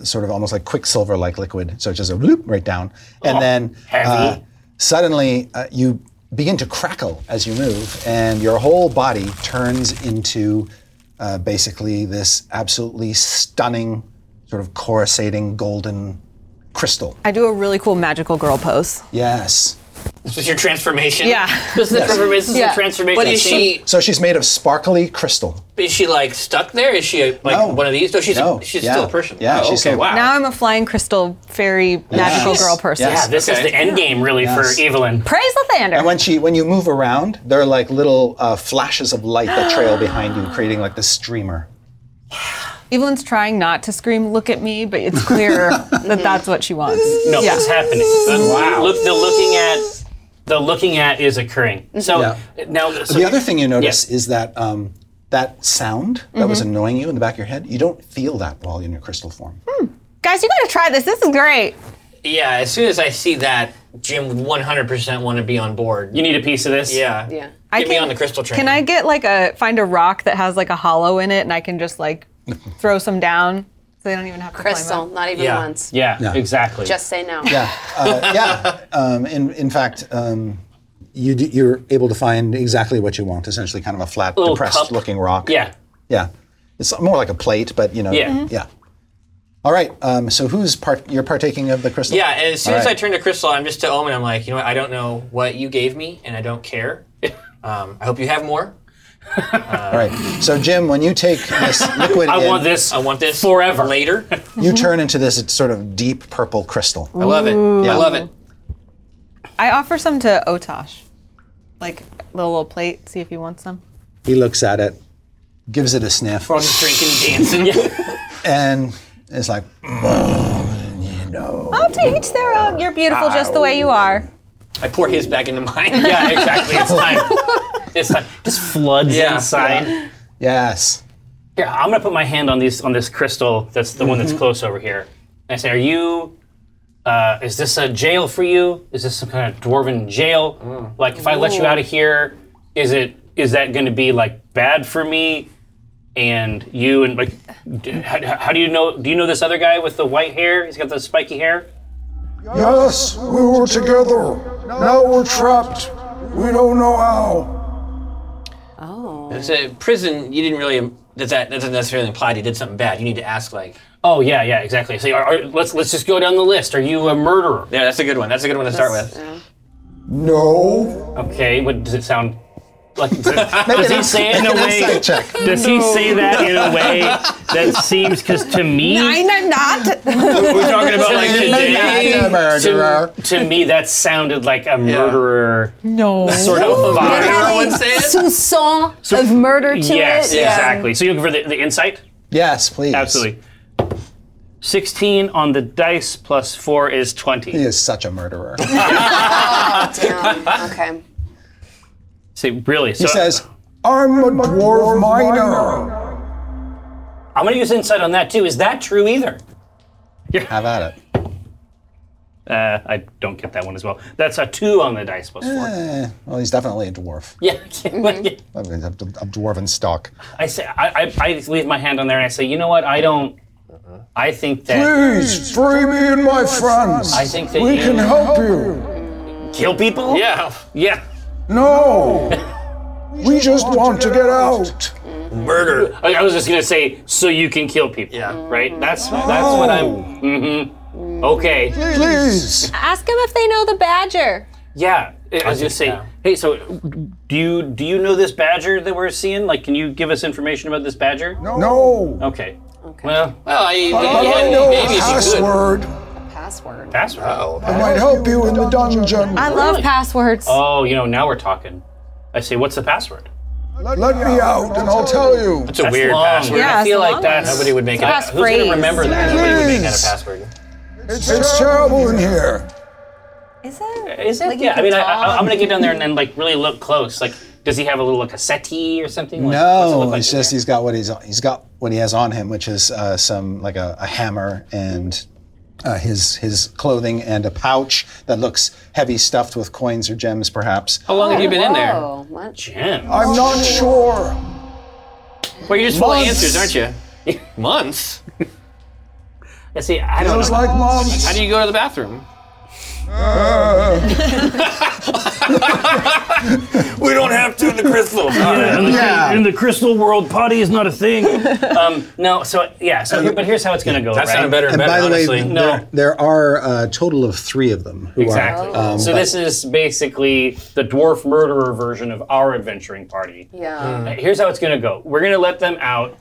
Speaker 1: sort of almost like quicksilver-like liquid. So it's just a bloop right down, and then uh,
Speaker 3: heavy.
Speaker 1: suddenly uh, you begin to crackle as you move, and your whole body turns into uh, basically this absolutely stunning, sort of coruscating golden crystal.
Speaker 4: I do a really cool magical girl pose.
Speaker 1: Yes.
Speaker 2: This was your transformation.
Speaker 4: Yeah.
Speaker 3: This is the transformation. This is
Speaker 4: Yeah.
Speaker 3: the transformation.
Speaker 2: But is
Speaker 3: scene.
Speaker 2: she
Speaker 1: So she's made of sparkly crystal.
Speaker 2: is she like stuck there? Is she like
Speaker 1: No.
Speaker 2: one of these? No, she's
Speaker 1: No.
Speaker 2: she's
Speaker 1: Yeah.
Speaker 2: still a person.
Speaker 1: Yeah,
Speaker 2: Oh,
Speaker 1: she's
Speaker 2: okay.
Speaker 1: still-
Speaker 2: wow.
Speaker 4: Now I'm a flying crystal fairy magical
Speaker 1: Yes.
Speaker 4: girl person.
Speaker 1: Yes.
Speaker 3: Yeah, this is
Speaker 2: Okay.
Speaker 3: the end game really
Speaker 1: Yes.
Speaker 3: for Evelyn.
Speaker 4: Praise Lathander.
Speaker 1: And when she, when you move around, there are like little uh, flashes of light that trail behind you, creating like this streamer.
Speaker 4: Evelyn's trying not to scream, look at me, but it's clear that that's what she wants.
Speaker 3: No,
Speaker 4: Yeah.
Speaker 3: it's happening. wow. Look, the looking at the looking at is occurring.
Speaker 4: Mm-hmm.
Speaker 3: So
Speaker 1: Yeah.
Speaker 3: now so
Speaker 1: The other thing you notice
Speaker 3: Yeah.
Speaker 1: is that um, that sound that
Speaker 2: Mm-hmm.
Speaker 1: was annoying you in the back of your head, you don't feel that while in your crystal form.
Speaker 2: Hmm.
Speaker 4: Guys, you gotta try this. This is great.
Speaker 2: Yeah. As soon as I see that, Jim would 100% want to be on board.
Speaker 3: you need a piece of this.
Speaker 2: yeah.
Speaker 5: Yeah.
Speaker 2: Get me
Speaker 4: can-
Speaker 2: on the crystal train.
Speaker 4: Can I get like a find a rock that has like a hollow in it and I can just like throw some down so they don't even have to climb up?
Speaker 5: Crystal, not even
Speaker 2: Yeah.
Speaker 5: once.
Speaker 3: Yeah, exactly.
Speaker 5: Just say no.
Speaker 1: Yeah, uh, yeah. Um, in in fact, um, you d- you're able to find exactly what you want. Essentially, kind of a flat,
Speaker 3: Little
Speaker 1: depressed
Speaker 3: cup.
Speaker 1: looking rock.
Speaker 3: yeah.
Speaker 1: yeah. It's more like a plate, but you know.
Speaker 3: Yeah. Mhm.
Speaker 1: Yeah. All right. Um, so who's part? You're partaking of the crystal.
Speaker 2: Yeah, and as soon
Speaker 1: All
Speaker 2: as I
Speaker 1: right.
Speaker 2: turn to Crystal, I'm just to Omen. I'm like, you know what? I don't know what you gave me, and I don't care. um, I hope you have more.
Speaker 1: All right. So Jim, when you take this liquid
Speaker 3: I
Speaker 1: in,
Speaker 3: want this.
Speaker 2: I want this
Speaker 3: forever.
Speaker 2: later.
Speaker 1: you turn into this sort of deep purple crystal.
Speaker 2: I love it.
Speaker 1: Yeah.
Speaker 2: I love it.
Speaker 4: I offer some to Otosh. Like little, little plate, see if he wants some.
Speaker 1: He looks at it, gives it a sniff,
Speaker 2: We're all just drinking, dancing.
Speaker 1: and is like, "Mm, you know.
Speaker 4: Oh, to each their own. You're beautiful just the way you are.
Speaker 2: I pour his back into mine.
Speaker 3: Yeah, exactly. It's time. it's time. Just floods
Speaker 2: Yeah.
Speaker 3: inside.
Speaker 1: Yes.
Speaker 3: Here, I'm gonna put my hand on these on this crystal. That's the one that's close over here. And I say, "Are you? Uh, is this a jail for you? Is this some kind of dwarven jail? Like, if I let you out of here, is it is that gonna be like bad for me? And you and like, d- how, how do you know? Do you know this other guy with the white hair? He's got the spiky hair.
Speaker 6: Yes, we were together. Now we're trapped. We don't know how.
Speaker 2: It's a prison. You didn't really. Does that, that doesn't necessarily imply you did something bad. You need to ask like.
Speaker 3: Oh yeah, yeah, exactly. So are, are- let's let's just go down the list. Are you a murderer?
Speaker 2: Yeah, that's a good one. That's a good one to start with.
Speaker 5: Yeah.
Speaker 6: No,
Speaker 3: Okay. What does it sound? Like, does he say it in a
Speaker 1: Make an
Speaker 3: way?
Speaker 1: insight check.
Speaker 3: Does he say that in a way that seems? Because to me,
Speaker 5: Nine and not.
Speaker 2: We're talking about like today.
Speaker 1: Yeah, murderer.
Speaker 3: to, to me, that sounded like a murderer
Speaker 4: No.
Speaker 3: sort of vibe.
Speaker 2: Murderer would
Speaker 5: Had
Speaker 2: say
Speaker 5: a
Speaker 2: it?
Speaker 5: Soupçon of murder to
Speaker 3: Yes,
Speaker 5: it. Yeah.
Speaker 3: exactly. So you're looking for the, the insight?
Speaker 1: Yes, please.
Speaker 3: Absolutely. 16 on the dice plus 4 is 20.
Speaker 1: He is such a murderer.
Speaker 5: Damn. Okay.
Speaker 3: So really, so
Speaker 1: He says,
Speaker 6: I'm a dwarf miner.
Speaker 3: I'm going to use insight on that too. Is that true either?
Speaker 1: "Have at it."
Speaker 3: Uh, I don't get that one as well. That's a 2 on the dice plus 4.
Speaker 1: Eh, well, he's definitely a dwarf.
Speaker 3: Yeah. but yeah.
Speaker 1: I mean, a, a dwarven stock.
Speaker 3: I say I, I, I leave my hand on there and I say, "You know what? I don't I think that
Speaker 6: Please free me and my friends.
Speaker 3: I think that
Speaker 6: we
Speaker 3: you
Speaker 6: can help you.
Speaker 3: kill people?"
Speaker 2: Yeah.
Speaker 3: Yeah.
Speaker 6: No, we just want to get out.
Speaker 2: Murder.
Speaker 3: I I was just gonna say, so you can kill people.
Speaker 2: Yeah.
Speaker 3: Right. That's that's what I'm. Mm-hmm. Okay.
Speaker 6: Please.
Speaker 4: Ask him if they know the badger.
Speaker 3: Yeah. I was just say, hey, so do you do you know this badger that we're seeing? Like, can you give us information about this badger? No.
Speaker 6: No.
Speaker 3: Okay. Well,
Speaker 2: Well, Oh, I,
Speaker 6: But
Speaker 2: yeah,
Speaker 6: I know a
Speaker 2: maybe if you could.
Speaker 6: password
Speaker 5: Password.
Speaker 3: that's right.
Speaker 6: that might help you in the dungeon.
Speaker 4: I love passwords.
Speaker 3: Oh, you know, now we're talking. I say, what's the password?
Speaker 6: Let me out and I'll tell you.
Speaker 2: It's a weird
Speaker 3: long.
Speaker 2: password.
Speaker 4: Yeah,
Speaker 3: I feel
Speaker 4: it's
Speaker 3: like
Speaker 4: a long
Speaker 3: that
Speaker 4: one.
Speaker 3: nobody would make it.
Speaker 4: It's
Speaker 3: Who's
Speaker 4: a
Speaker 3: gonna
Speaker 4: phrase.
Speaker 3: remember that? Nobody would make that a
Speaker 6: Please.
Speaker 3: password.
Speaker 6: It's terrible in here.
Speaker 5: Is that?
Speaker 3: Is it?
Speaker 5: Like you
Speaker 3: yeah. I
Speaker 5: can
Speaker 3: mean, I,
Speaker 5: talk.
Speaker 3: I, I'm gonna get down there and then like really look close. Like, does he have a little like a settee or something? Like, what's it
Speaker 1: No,
Speaker 3: look like
Speaker 1: it's
Speaker 3: in
Speaker 1: just
Speaker 3: there?
Speaker 1: he's got what he's he's got what he has on him, which is uh, some like a, a hammer and uh, his his clothing and a pouch that looks heavy, stuffed with coins or gems, perhaps.
Speaker 2: How long have you been in there?
Speaker 5: Oh, what?
Speaker 3: Jim.
Speaker 6: I'm not sure.
Speaker 2: Well, you're just full of
Speaker 1: Months.
Speaker 2: answers, aren't you? Months?
Speaker 3: I see. I don't
Speaker 6: Feels
Speaker 3: know.
Speaker 6: like months.
Speaker 2: How do you go to the bathroom? we don't have to in the crystals.
Speaker 1: Yeah.
Speaker 3: In the crystal world, potty is not a thing. um, no, so yeah, so here, but here's how it's gonna go.
Speaker 2: That
Speaker 3: right?
Speaker 2: sounded better and
Speaker 1: And
Speaker 2: better,
Speaker 1: by the
Speaker 2: honestly.
Speaker 1: way,
Speaker 3: no.
Speaker 1: there, there are uh, a total of three of them. Who
Speaker 3: Exactly.
Speaker 1: Are, um,
Speaker 3: so this is basically the dwarf murderer version of our adventuring party.
Speaker 5: Yeah.
Speaker 3: Uh, Here's how it's gonna go. We're gonna let them out,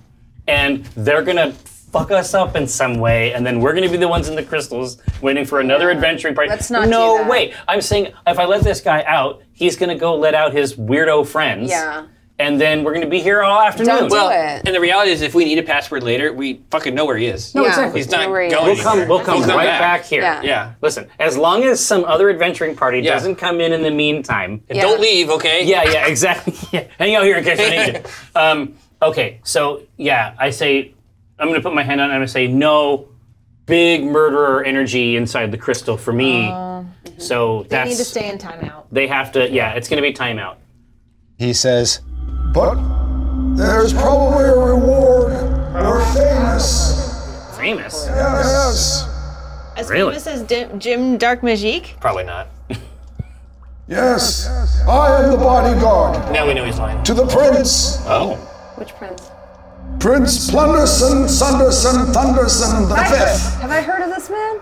Speaker 3: and they're gonna fuck us up in some way, and then we're gonna be the ones in the crystals waiting for another adventuring party.
Speaker 5: Let's not
Speaker 3: No
Speaker 5: do that.
Speaker 3: way. I'm saying if I let this guy out, he's gonna go let out his weirdo friends.
Speaker 5: Yeah.
Speaker 3: And then we're gonna be here all afternoon.
Speaker 5: do
Speaker 2: well,
Speaker 5: it.
Speaker 2: and the reality is, if we need a password later, we fucking know where he is.
Speaker 5: No, Yeah. exactly.
Speaker 2: He's not
Speaker 5: Know where he
Speaker 2: going.
Speaker 5: is.
Speaker 3: We'll come. We'll come
Speaker 2: We'll come
Speaker 3: right
Speaker 2: back.
Speaker 3: back, here.
Speaker 5: Yeah.
Speaker 2: Yeah.
Speaker 3: Listen, as long as some other adventuring party
Speaker 2: Yeah.
Speaker 3: doesn't come in in the meantime. Yeah.
Speaker 2: Don't leave, okay?
Speaker 3: Yeah. Yeah. Exactly. Yeah. Hang out here in case I need you. Um, okay. So yeah, I say I'm gonna put my hand on. it, I'm gonna say no. Big murderer energy inside the crystal for me. So
Speaker 4: I
Speaker 3: that's
Speaker 4: Oh, mm-hmm. need to stay in timeout.
Speaker 3: they have to. Yeah, it's gonna be timeout.
Speaker 1: he says,
Speaker 6: But there's probably a reward. We're famous.
Speaker 3: Famous.
Speaker 6: Yes.
Speaker 4: As
Speaker 3: Really?
Speaker 4: famous as Dim- Jim Dark Magique?
Speaker 2: Probably not.
Speaker 6: Yes. I am the bodyguard
Speaker 2: Now we know he's lying.
Speaker 6: to the prince.
Speaker 2: Oh.
Speaker 5: Which prince?
Speaker 6: Prince Plunderson, Sunderson, Thunderson the Fifth.
Speaker 5: Have I heard of this man?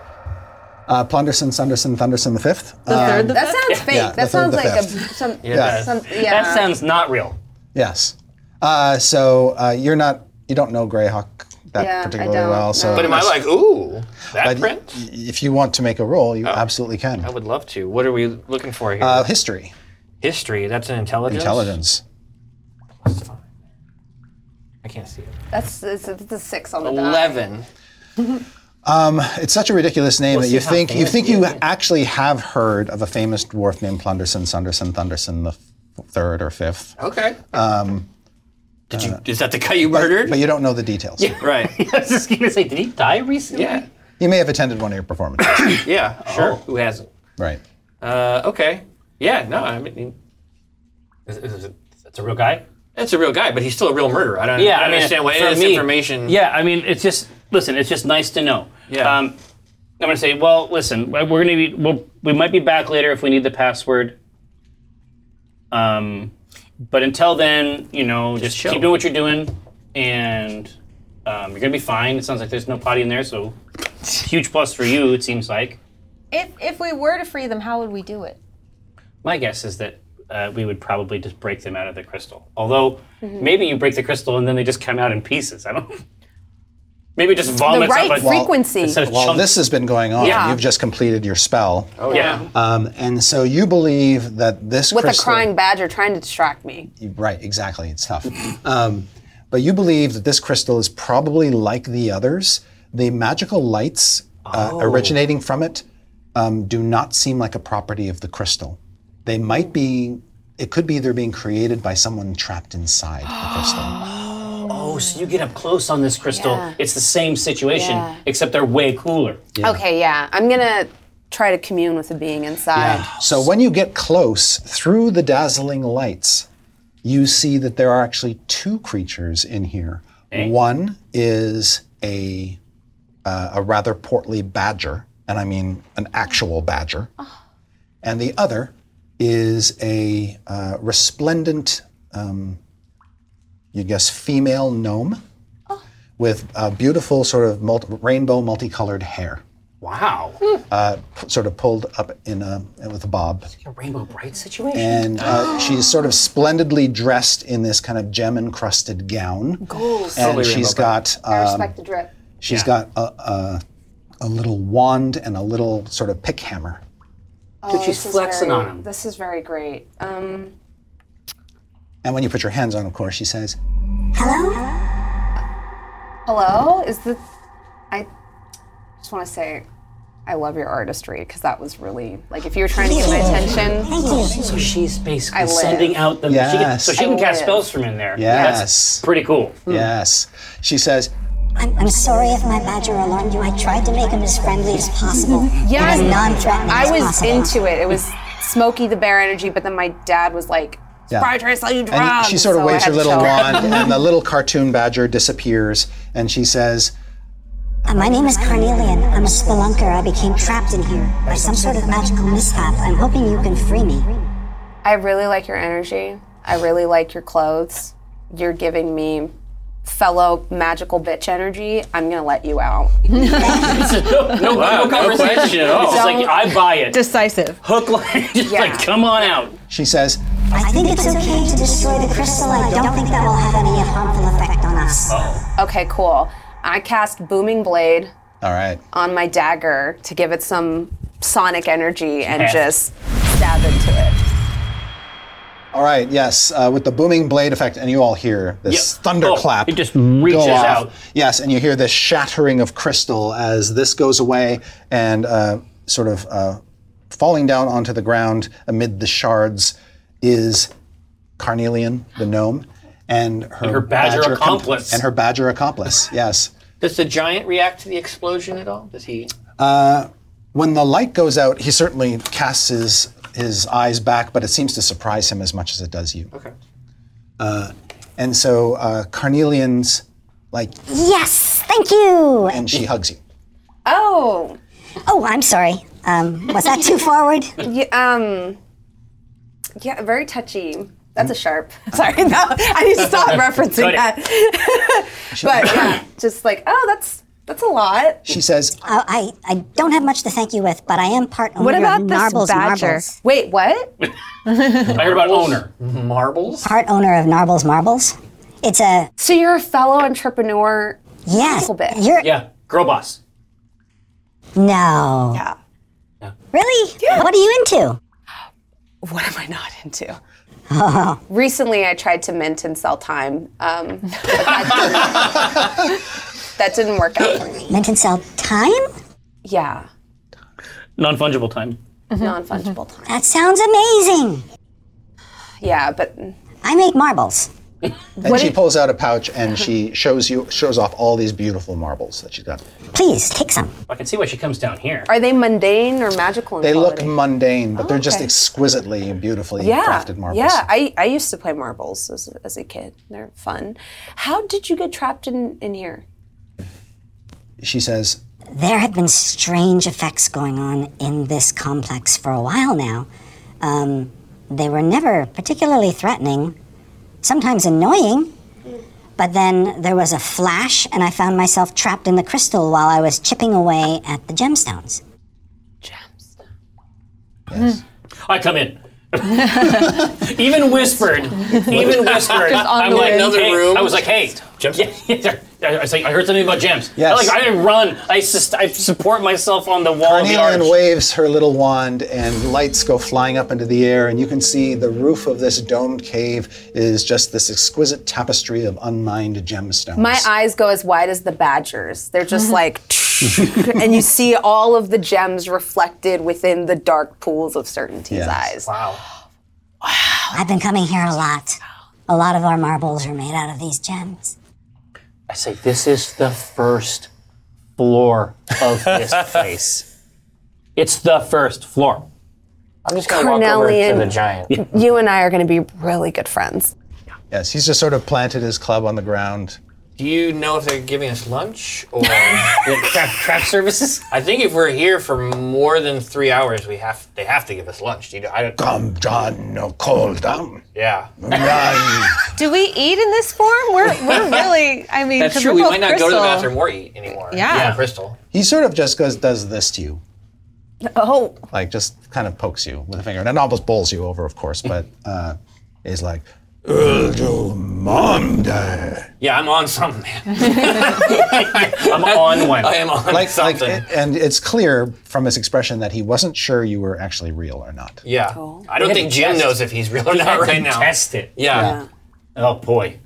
Speaker 1: uh, "Plunderson, Sunderson, Thunderson the Fifth. Uh,
Speaker 4: The third, the
Speaker 5: That
Speaker 4: fifth?
Speaker 5: sounds fake.
Speaker 1: Yeah, the
Speaker 5: that sounds
Speaker 1: third, the
Speaker 5: like a
Speaker 1: fifth.
Speaker 5: some.
Speaker 1: Yeah.
Speaker 5: Some, yeah.
Speaker 3: That sounds not real.
Speaker 1: Yes. Uh, so uh, you're not you don't know Greyhawk that
Speaker 5: Yeah, I
Speaker 1: particularly
Speaker 5: don't,
Speaker 1: well. So
Speaker 5: no.
Speaker 2: But am I like, ooh, that
Speaker 1: but y-
Speaker 2: print?
Speaker 1: if you want to make a roll, you absolutely
Speaker 2: Oh. I
Speaker 1: can.
Speaker 2: would love to. What are we looking for here?
Speaker 1: Uh, history,
Speaker 2: History. That's an intelligence.
Speaker 1: intelligence.
Speaker 2: I can't see it.
Speaker 5: That's it's, it's a six on the die.
Speaker 2: Eleven.
Speaker 1: It's such a ridiculous name that you
Speaker 2: see how
Speaker 1: think you
Speaker 2: famous
Speaker 1: think
Speaker 2: he
Speaker 1: you
Speaker 2: is, yeah.
Speaker 1: actually have heard of a famous dwarf named Plunderson, Sunderson, Thunderson the f- third or fifth,
Speaker 2: Okay. Um. Did you? is that the guy you murdered?
Speaker 1: uh, but you don't know the details.
Speaker 2: right.
Speaker 3: I was just gonna say, did he die recently?
Speaker 2: Yeah.
Speaker 1: You may have attended one of your performances,
Speaker 2: Yeah. Oh. Sure. Who hasn't?
Speaker 1: right?
Speaker 2: Uh. Okay. Yeah. No. I mean,
Speaker 3: Is, is, is it, that's a real guy.
Speaker 2: that's a real guy, but he's still a real murderer. I don't. I don't understand
Speaker 3: for
Speaker 2: why any of this
Speaker 3: me-
Speaker 2: information.
Speaker 3: Yeah, I mean, it's just listen. It's just nice to know.
Speaker 2: Yeah.
Speaker 3: Um, I'm gonna say, well, listen, we're gonna be, we'll, we might be back later if we need the password. Um, but until then, you know, just,
Speaker 2: chill.
Speaker 3: keep doing what you're doing, and um, you're gonna be fine. It sounds like there's no potty in there, so huge plus for you. It seems like.
Speaker 4: If, if we were to free them, how would we do it?
Speaker 3: My guess is that uh, we would probably just break them out of the crystal. Although maybe you break the crystal and then they just come out in pieces. I don't. Maybe it just
Speaker 5: The
Speaker 3: vomits
Speaker 5: right
Speaker 3: up a,
Speaker 5: frequency.
Speaker 3: instead of
Speaker 1: While
Speaker 3: chunks.
Speaker 1: this has been going on,
Speaker 3: Yeah.
Speaker 1: you've just completed your spell.
Speaker 3: yeah.
Speaker 1: Um, and so you believe that this
Speaker 5: with
Speaker 1: crystal,
Speaker 5: a crying badger trying to distract me.
Speaker 1: Right, exactly. It's tough. um, but you believe that this crystal is probably like the others. The magical lights uh,
Speaker 5: Oh.
Speaker 1: originating from it um, do not seem like a property of the crystal. They might be. It could be they're being created by someone trapped inside the crystal.
Speaker 3: Oh, so you get up close on this crystal.
Speaker 5: Yeah.
Speaker 3: It's the same situation,
Speaker 5: Yeah.
Speaker 3: except they're way cooler.
Speaker 5: Okay, yeah. I'm gonna try to commune with the being inside.
Speaker 1: So when you get close through the dazzling lights, you see that there are actually two creatures in here. One is a uh, a rather portly badger, and I mean an actual badger, and the other is a uh, resplendent, um, you guess, female gnome with uh, beautiful sort of multi- rainbow, multicolored hair, uh,
Speaker 3: Wow.
Speaker 1: p- sort of pulled up in a with a bob
Speaker 3: A rainbow bright situation.
Speaker 1: and uh, she's sort of splendidly dressed in this kind of gem encrusted gown. Gold. And she's got um,
Speaker 5: Respect the drip.
Speaker 1: she's got a, a a little wand and a little sort of pick hammer.
Speaker 5: Oh,
Speaker 3: she's
Speaker 5: this is
Speaker 3: flexing
Speaker 5: very-
Speaker 3: on him.
Speaker 5: This is very great. Um,
Speaker 1: And when you put your hands on, of course, she says,
Speaker 5: hello? Is this? I just want to say, I love your artistry because that was really like if you were trying to get my attention.
Speaker 3: so she's basically
Speaker 5: live.
Speaker 3: sending out the. She can,
Speaker 1: Yes.
Speaker 3: so she can
Speaker 5: I
Speaker 3: cast
Speaker 5: live.
Speaker 3: spells from in there.
Speaker 1: Yes.
Speaker 3: That's pretty cool.
Speaker 1: "Yes." She says,
Speaker 7: I'm, I'm sorry if my badger alarmed you. I tried to make him as friendly as possible.
Speaker 5: Yeah,
Speaker 7: and as non-threatening
Speaker 5: I
Speaker 7: as
Speaker 5: was
Speaker 7: possible.
Speaker 5: into it. It was Smokey the Bear energy, but then my dad was like,
Speaker 1: Yeah.
Speaker 5: "Probably trying to sell you drugs."
Speaker 1: and she sort of
Speaker 5: so I
Speaker 1: waves
Speaker 5: had
Speaker 1: her
Speaker 5: to
Speaker 1: little
Speaker 5: chill.
Speaker 1: wand, and the little cartoon badger disappears. And she says,
Speaker 7: Uh, My name is Carnelian. I'm a spelunker. I became trapped in here by some sort of magical mishap. I'm hoping you can free me.
Speaker 5: I really like your energy. I really like your clothes. You're giving me fellow magical bitch energy. I'm gonna let you out.
Speaker 3: No, no conversation at all. It's like, I buy it.
Speaker 4: Decisive.
Speaker 3: Hook, line, just
Speaker 5: Yeah.
Speaker 3: like, come on out.
Speaker 1: she says,
Speaker 7: I think it's okay to destroy the crystal. I don't think that will have any harmful effect on us.
Speaker 5: Okay, cool. I cast Booming Blade
Speaker 1: "All right."
Speaker 5: on my dagger to give it some sonic energy and
Speaker 3: Yeah.
Speaker 5: just stab into it.
Speaker 1: All right, yes, uh, with the booming blade effect, and you all hear this
Speaker 3: Yeah.
Speaker 1: thunderclap.
Speaker 3: Oh, it just reaches
Speaker 1: go off.
Speaker 3: out.
Speaker 1: Yes, and you hear this shattering of crystal as this goes away and uh, sort of uh, falling down onto the ground amid the shards is Carnelian, the gnome, and her,
Speaker 3: her badger
Speaker 1: com-
Speaker 3: accomplice.
Speaker 1: and her badger accomplice, yes.
Speaker 2: Does the giant react to the explosion at all? Does he?
Speaker 1: When the light goes out, he certainly casts his, his eyes back, but it seems to surprise him as much as it does you.
Speaker 2: Okay.
Speaker 1: And so uh, Carnelian's like,
Speaker 7: Yes, thank you.
Speaker 1: and she hugs you.
Speaker 5: Oh,
Speaker 7: Oh, I'm sorry. Um, was that too forward?
Speaker 5: yeah, um, yeah, very touchy. That's a sharp. Sorry, no, I need to stop referencing
Speaker 3: Got it.
Speaker 5: that. but yeah, just like, oh, that's that's a lot.
Speaker 1: She says,
Speaker 7: Uh, I, I, I don't have much to thank you with, but I am part owner
Speaker 4: What about
Speaker 7: of
Speaker 4: this
Speaker 7: Narble's
Speaker 4: badger?
Speaker 7: Marbles.
Speaker 5: Wait, what?
Speaker 3: I heard about owner.
Speaker 2: Marbles?
Speaker 7: Part owner of Narble's Marbles. It's a
Speaker 5: So you're a fellow entrepreneur.
Speaker 7: yes.
Speaker 5: Little bit.
Speaker 7: You're
Speaker 3: Yeah, girl boss.
Speaker 7: no.
Speaker 5: Yeah.
Speaker 7: Really? What are you into?
Speaker 5: What am I not into? Recently, I tried to mint and sell time. Um, but that, didn't, that didn't work out for me.
Speaker 7: Mint and sell time?
Speaker 5: Yeah,
Speaker 3: Non fungible time.
Speaker 5: non fungible time.
Speaker 7: That sounds amazing.
Speaker 5: Yeah, but
Speaker 7: I make marbles.
Speaker 1: and she pulls out a pouch and she shows you shows off all these beautiful marbles that she's got.
Speaker 7: Please take some.
Speaker 3: I can see why she comes down here.
Speaker 5: are they mundane or magical? In
Speaker 1: They look
Speaker 5: quality?
Speaker 1: mundane, but they're just
Speaker 5: okay.
Speaker 1: exquisitely and beautifully
Speaker 5: yeah,
Speaker 1: crafted marbles.
Speaker 5: yeah. I, I used to play marbles as, as a kid. They're fun. How did you get trapped in, in here?
Speaker 1: She says,
Speaker 7: There have been strange effects going on in this complex for a while now. Um, they were never particularly threatening, sometimes annoying, but then there was a flash, and I found myself trapped in the crystal while I was chipping away at the gemstones.
Speaker 5: Gems.
Speaker 3: I come in. even whispered, even whispered.
Speaker 4: Just on
Speaker 3: I'm
Speaker 4: the
Speaker 3: like,
Speaker 4: way.
Speaker 2: Another
Speaker 3: hey,
Speaker 2: room.
Speaker 3: I was like, hey, gems. Yeah, yeah. I was like, I heard something about gems.
Speaker 1: Yes.
Speaker 3: I like, I run. I, sus- I support myself on the wall of the arch.
Speaker 1: Cornelian waves her little wand, and lights go flying up into the air, and you can see the roof of this domed cave is just this exquisite tapestry of unmined gemstones.
Speaker 5: My eyes go as wide as the badgers. They're just like, and you see all of the gems reflected within the dark pools of certainty's
Speaker 1: Yes.
Speaker 5: eyes.
Speaker 3: wow.
Speaker 7: I've been coming here a lot. A lot of our marbles are made out of these gems.
Speaker 3: I say, this is the first floor of this place. It's the first floor.
Speaker 2: I'm just gonna walk over to
Speaker 5: Cornelian.
Speaker 2: the giant.
Speaker 5: You and I are going to be really good friends.
Speaker 1: yes, he's just sort of planted his club on the ground.
Speaker 2: Do you know if they're giving us lunch or?
Speaker 3: Craft, craft services?
Speaker 2: I think if we're here for more than three hours, we have they have to give us lunch. Do you know? I don't.
Speaker 1: Come, John, no cold um." down.
Speaker 2: Yeah.
Speaker 1: Run.
Speaker 4: Do we eat in this form? We're, we're really, I mean,
Speaker 2: That's
Speaker 4: 'cause
Speaker 2: true.
Speaker 4: we're
Speaker 2: We
Speaker 4: both
Speaker 2: might not go to the
Speaker 4: crystal.
Speaker 2: bathroom or eat anymore.
Speaker 4: Yeah. Yeah.
Speaker 2: Crystal.
Speaker 1: he sort of just goes, does this to you,
Speaker 5: Oh,
Speaker 1: like just kind of pokes you with a finger, and almost bowls you over, of course, but uh, is like,
Speaker 6: Ildomanda.
Speaker 2: Yeah, I'm on something, man.
Speaker 3: I'm on one.
Speaker 2: I am on
Speaker 1: like, like,
Speaker 2: something.
Speaker 1: and it's clear from his expression that he wasn't sure you were actually real or not.
Speaker 2: yeah. I don't think Jim knows if he's real or not right now.
Speaker 3: Test it.
Speaker 2: Yeah.
Speaker 3: Oh, boy.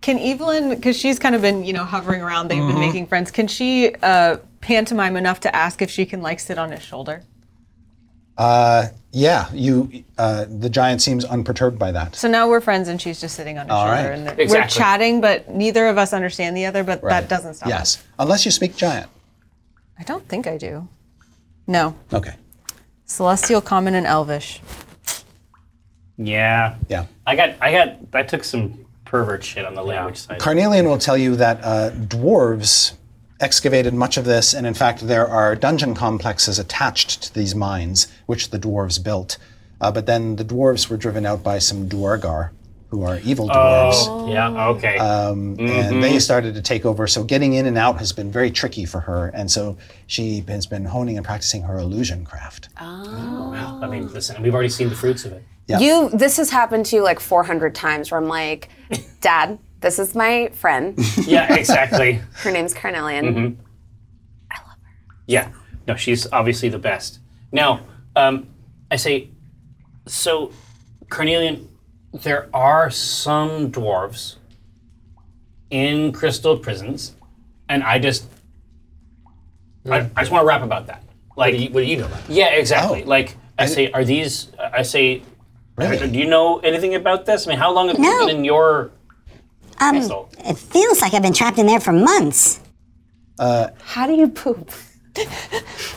Speaker 4: Can Evelyn, because she's kind of been, you know, hovering around, they've
Speaker 2: Mm-hmm.
Speaker 4: been making friends, can she uh, pantomime enough to ask if she can, like, sit on his shoulder?
Speaker 1: Yeah, you. Uh, the giant seems unperturbed by that.
Speaker 4: So now we're friends and she's just sitting on his shoulder.
Speaker 1: right.
Speaker 4: And We're
Speaker 3: Exactly.
Speaker 4: chatting, but neither of us understand the other, but that doesn't stop. us.
Speaker 1: Yes, unless you speak giant.
Speaker 4: I don't think I do. No.
Speaker 1: Okay.
Speaker 4: Celestial, common, and elvish.
Speaker 3: Yeah.
Speaker 1: Yeah.
Speaker 3: I got, I got, I took some pervert shit on the language side.
Speaker 1: Carnelian will tell you that uh, dwarves excavated much of this, and in fact, there are dungeon complexes attached to these mines, which the dwarves built. Uh, but then the dwarves were driven out by some duergar, who are evil dwarves,
Speaker 3: Oh, yeah, okay.
Speaker 2: mm-hmm.
Speaker 1: and they started to take over. So getting in and out has been very tricky for her, and so she has been honing and practicing her illusion craft.
Speaker 3: I mean, listen, we've already seen the fruits of it.
Speaker 5: you. This has happened to you like 400 times. Where I'm like, Dad, this is my friend.
Speaker 3: Yeah, exactly.
Speaker 5: Her name's Carnelian.
Speaker 3: Mm-hmm. Yeah. No, she's obviously the best. Now, um, I say, so, Carnelian, there are some dwarves in crystal prisons, and I just, I, I just want to rap about that. Like,
Speaker 2: What do you- What do you know about?
Speaker 3: yeah, exactly.
Speaker 1: Oh.
Speaker 3: Like, I, say, are these? I say, uh,
Speaker 1: Really?
Speaker 3: do you know anything about this? I mean, how long have you
Speaker 7: No. Um, eh.
Speaker 3: been in your crystal?
Speaker 7: It feels like I've been trapped in there for months.
Speaker 5: How do you poop?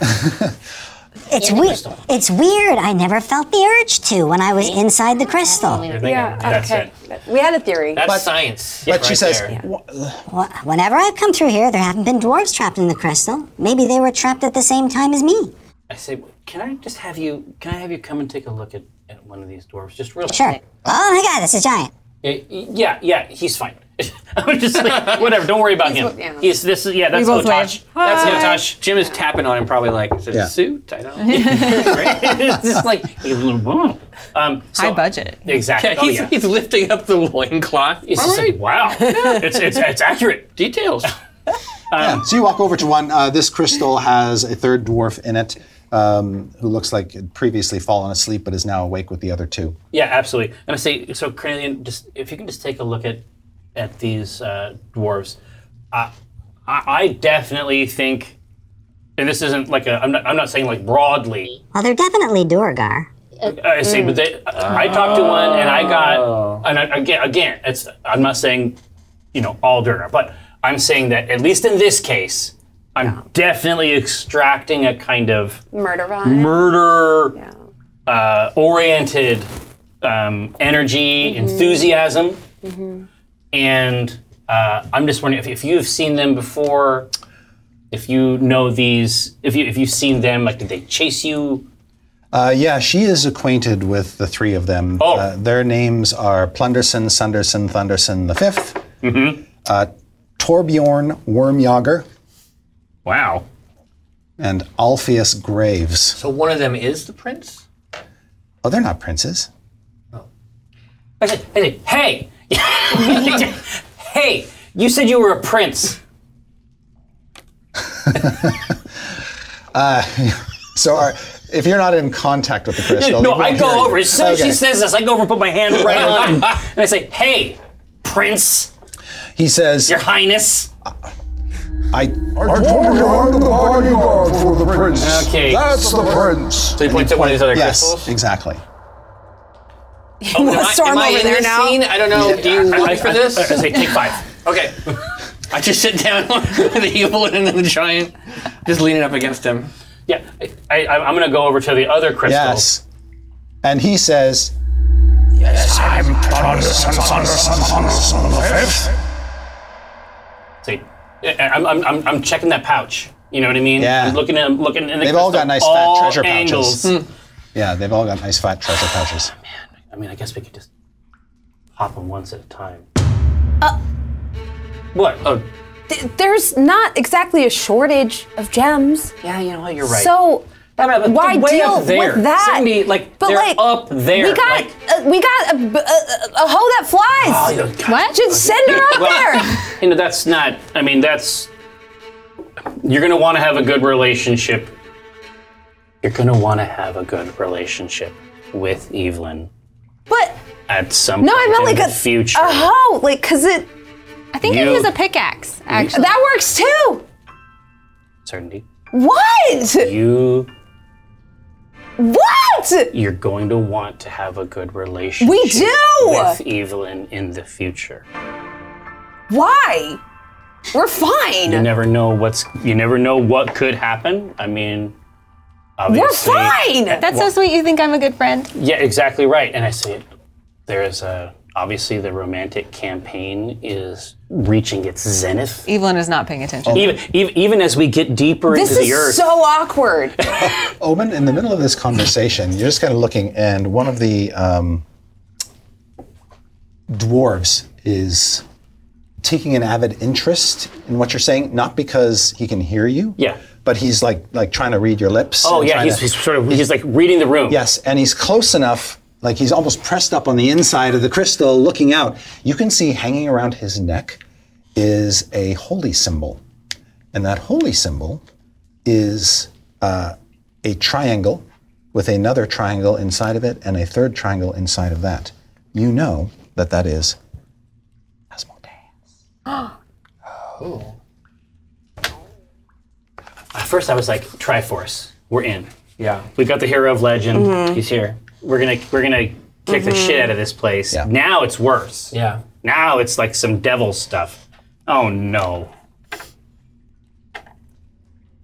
Speaker 7: It's weird. It's weird. I never felt the urge to when I was inside the crystal.
Speaker 3: You're thinking, That's it.
Speaker 5: We had a theory.
Speaker 2: That's science.
Speaker 1: But
Speaker 2: right
Speaker 1: she says,
Speaker 2: there.
Speaker 1: "Wha-
Speaker 7: Wh- Whenever I've come through here, there haven't been dwarves trapped in the crystal. Maybe they were trapped at the same time as me.
Speaker 3: I say, can I just have you? Can I have you come and take a look at, at one of these dwarves, just real
Speaker 7: Sure. Oh my God, that's a giant.
Speaker 3: Y- y- Yeah, yeah, he's fine. I'm just like, whatever. Don't worry about him.
Speaker 5: yeah.
Speaker 3: He's this. is- Yeah, that's
Speaker 4: both
Speaker 3: Otosh.
Speaker 4: waved.
Speaker 3: That's
Speaker 4: Hi.
Speaker 3: Otosh.
Speaker 2: Jim is tapping on him, probably like, is it
Speaker 1: Yeah.
Speaker 2: a suit? I don't. know.
Speaker 3: it's just like he's a little whoa. Um, so,
Speaker 4: High budget.
Speaker 3: Exactly.
Speaker 2: yeah,
Speaker 3: oh,
Speaker 2: he's,
Speaker 3: yeah.
Speaker 2: he's lifting up the loincloth.
Speaker 3: It's just like wow. it's, it's it's accurate.
Speaker 2: details.
Speaker 1: Yeah, So you walk over to one. Uh, this crystal has a third dwarf in it, um, who looks like had previously fallen asleep but is now awake with the other two.
Speaker 3: Yeah, absolutely. And I say, so Cornelian, just if you can just take a look at at these uh, dwarves, uh, I, I definitely think, and this isn't like a, I'm not, I'm not saying like broadly.
Speaker 7: Well, they're definitely Durgar.
Speaker 3: I Uh, see, but they, I talked to one, and I got, and I, again, again, it's. I'm not saying, you know, all Durga, but I'm saying that at least in this case, I'm definitely extracting a kind of
Speaker 5: Murder vibe.
Speaker 3: murder
Speaker 5: Yeah.
Speaker 3: uh, oriented um, energy, enthusiasm, and uh, I'm just wondering if, if you've seen them before, if you know these, if you if you've seen them, like did they chase you?
Speaker 1: Uh, yeah, she is acquainted with the three of them.
Speaker 3: Oh.
Speaker 1: Uh, their names are Plunderson, Sunderson, Thunderson the 5th mm-hmm. uh, Torbjorn Wormjager,
Speaker 3: Wow.
Speaker 1: and Alpheus Graves.
Speaker 2: so one of them is the prince.
Speaker 1: Oh, they're not princes.
Speaker 3: I said, I said hey! hey! You said you were a prince.
Speaker 1: So are, if you're not in contact with the crystal,
Speaker 3: No,
Speaker 1: they won't
Speaker 3: I go
Speaker 1: hear you.
Speaker 3: over. As soon as she
Speaker 1: Okay.
Speaker 3: says this, I go over and put my hand right on and I say, hey, prince,
Speaker 1: He says,
Speaker 3: your highness.
Speaker 1: "I."
Speaker 6: I told you I'm the bodyguard for the prince.
Speaker 3: Okay.
Speaker 6: That's the prince.
Speaker 2: So he points at one of these other
Speaker 1: Yes,
Speaker 2: crystals.
Speaker 1: exactly.
Speaker 2: Oh, am I-
Speaker 5: storm
Speaker 2: am I
Speaker 5: over
Speaker 2: in
Speaker 5: there
Speaker 2: this
Speaker 5: now.
Speaker 2: Scene? I don't know. Do you
Speaker 3: I-
Speaker 2: want me for
Speaker 3: I- I
Speaker 2: this?
Speaker 3: say, take five.
Speaker 2: Okay. I just sit down with the evil one and then the giant, just leaning up against him.
Speaker 3: Yeah, I, I, I'm gonna go over to the other crystal.
Speaker 1: Yes. And he says,
Speaker 3: See, I'm, I'm, I'm, I'm checking that pouch. You know what I mean?
Speaker 1: Yeah.
Speaker 3: I'm looking at, I'm looking in the
Speaker 1: They've all got
Speaker 3: crystal,
Speaker 1: nice fat
Speaker 3: all
Speaker 1: treasure pouches. Hmm.
Speaker 3: angles.
Speaker 1: "Yeah, they've all got nice fat treasure pouches."
Speaker 3: I mean, I guess we could just pop them once at a time.
Speaker 5: Uh.
Speaker 3: what? Oh,
Speaker 5: Th- There's not exactly a shortage of gems.
Speaker 3: yeah, you know what? You're right.
Speaker 5: So
Speaker 3: Yeah, but they're
Speaker 5: why
Speaker 3: way
Speaker 5: deal
Speaker 3: up there.
Speaker 5: with that?
Speaker 3: Cindy, like,
Speaker 5: but
Speaker 3: they're
Speaker 5: like
Speaker 3: up there.
Speaker 5: We got
Speaker 3: like-
Speaker 5: uh, we got a, b- a- a- a hoe that
Speaker 3: Oh,
Speaker 5: flies.
Speaker 3: you God.
Speaker 4: What?
Speaker 5: Just send her up
Speaker 3: Well-
Speaker 5: there.
Speaker 3: You know, that's not. I mean, that's. You're gonna want to have a good relationship. You're gonna want to have a good relationship with Evelyn
Speaker 5: But
Speaker 3: at some.
Speaker 5: no,
Speaker 3: point
Speaker 5: I meant
Speaker 3: in
Speaker 5: like
Speaker 3: the
Speaker 5: a Uh-huh.
Speaker 3: future.
Speaker 5: a hoe, like because it
Speaker 4: I think
Speaker 3: You-
Speaker 4: it is a pickaxe, actually.
Speaker 5: that works too.
Speaker 3: Certainty.
Speaker 5: What?
Speaker 3: You
Speaker 5: What?
Speaker 3: you're going to want to have a good relationship.
Speaker 5: We do!
Speaker 3: with Evelyn in the future.
Speaker 5: Why? We're
Speaker 3: You
Speaker 5: fine.
Speaker 3: never know what's. You never know what could happen. I mean,
Speaker 5: We're
Speaker 3: obviously.
Speaker 5: fine.
Speaker 4: That's so sweet. You think I'm a good friend?
Speaker 3: Yeah, exactly right. And I say there is a obviously the romantic campaign is reaching its zenith.
Speaker 4: Evelyn is not paying attention.
Speaker 3: Even even, even as we get deeper
Speaker 5: this
Speaker 3: into the
Speaker 5: is
Speaker 3: earth.
Speaker 5: so awkward.
Speaker 1: Omen, in the middle of this conversation, you're just kind of looking, and one of the um, dwarves is taking an avid interest in what you're saying, not because he can hear you,
Speaker 3: Yeah.
Speaker 1: but he's like like trying to read your lips.
Speaker 3: oh
Speaker 1: and
Speaker 3: yeah,
Speaker 1: trying
Speaker 3: he's,
Speaker 1: to-
Speaker 3: he's sort of he's like reading the room.
Speaker 1: Yes, and he's close enough, like he's almost pressed up on the inside of the crystal, looking out. You can see hanging around his neck is a holy symbol. And that holy symbol is uh, a triangle with another triangle inside of it and a third triangle inside of that. You know that that is Asmodeus.
Speaker 3: At first I was like, Triforce, we're in. Yeah. We got the hero of legend. He's here. We're gonna we're gonna kick the shit out of this place.
Speaker 1: Yeah.
Speaker 3: Now it's worse.
Speaker 2: Yeah.
Speaker 3: Now it's like some devil stuff. Oh no.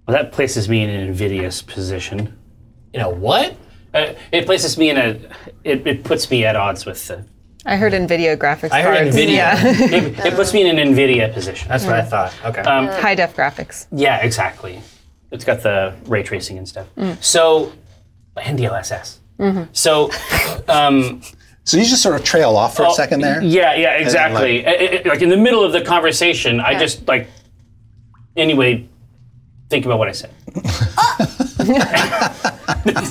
Speaker 3: Well, that places me in an invidious position.
Speaker 2: You know what?
Speaker 3: Uh, it places me in a. It, it puts me at odds with the.
Speaker 1: Oh.
Speaker 4: I heard NVIDIA graphics
Speaker 2: I heard
Speaker 4: cards.
Speaker 2: NVIDIA.
Speaker 4: Yeah.
Speaker 3: It, it puts me in an Nvidia position. Um,
Speaker 2: That's what I thought. Okay.
Speaker 4: High def graphics.
Speaker 3: yeah, exactly. It's got the ray tracing and stuff. So, and DLSS. So, um,
Speaker 1: So you just sort of trail off for a second there.
Speaker 3: yeah, yeah, exactly. I- I- I- like in the middle of the conversation, I just like. Anyway, think about what I said. and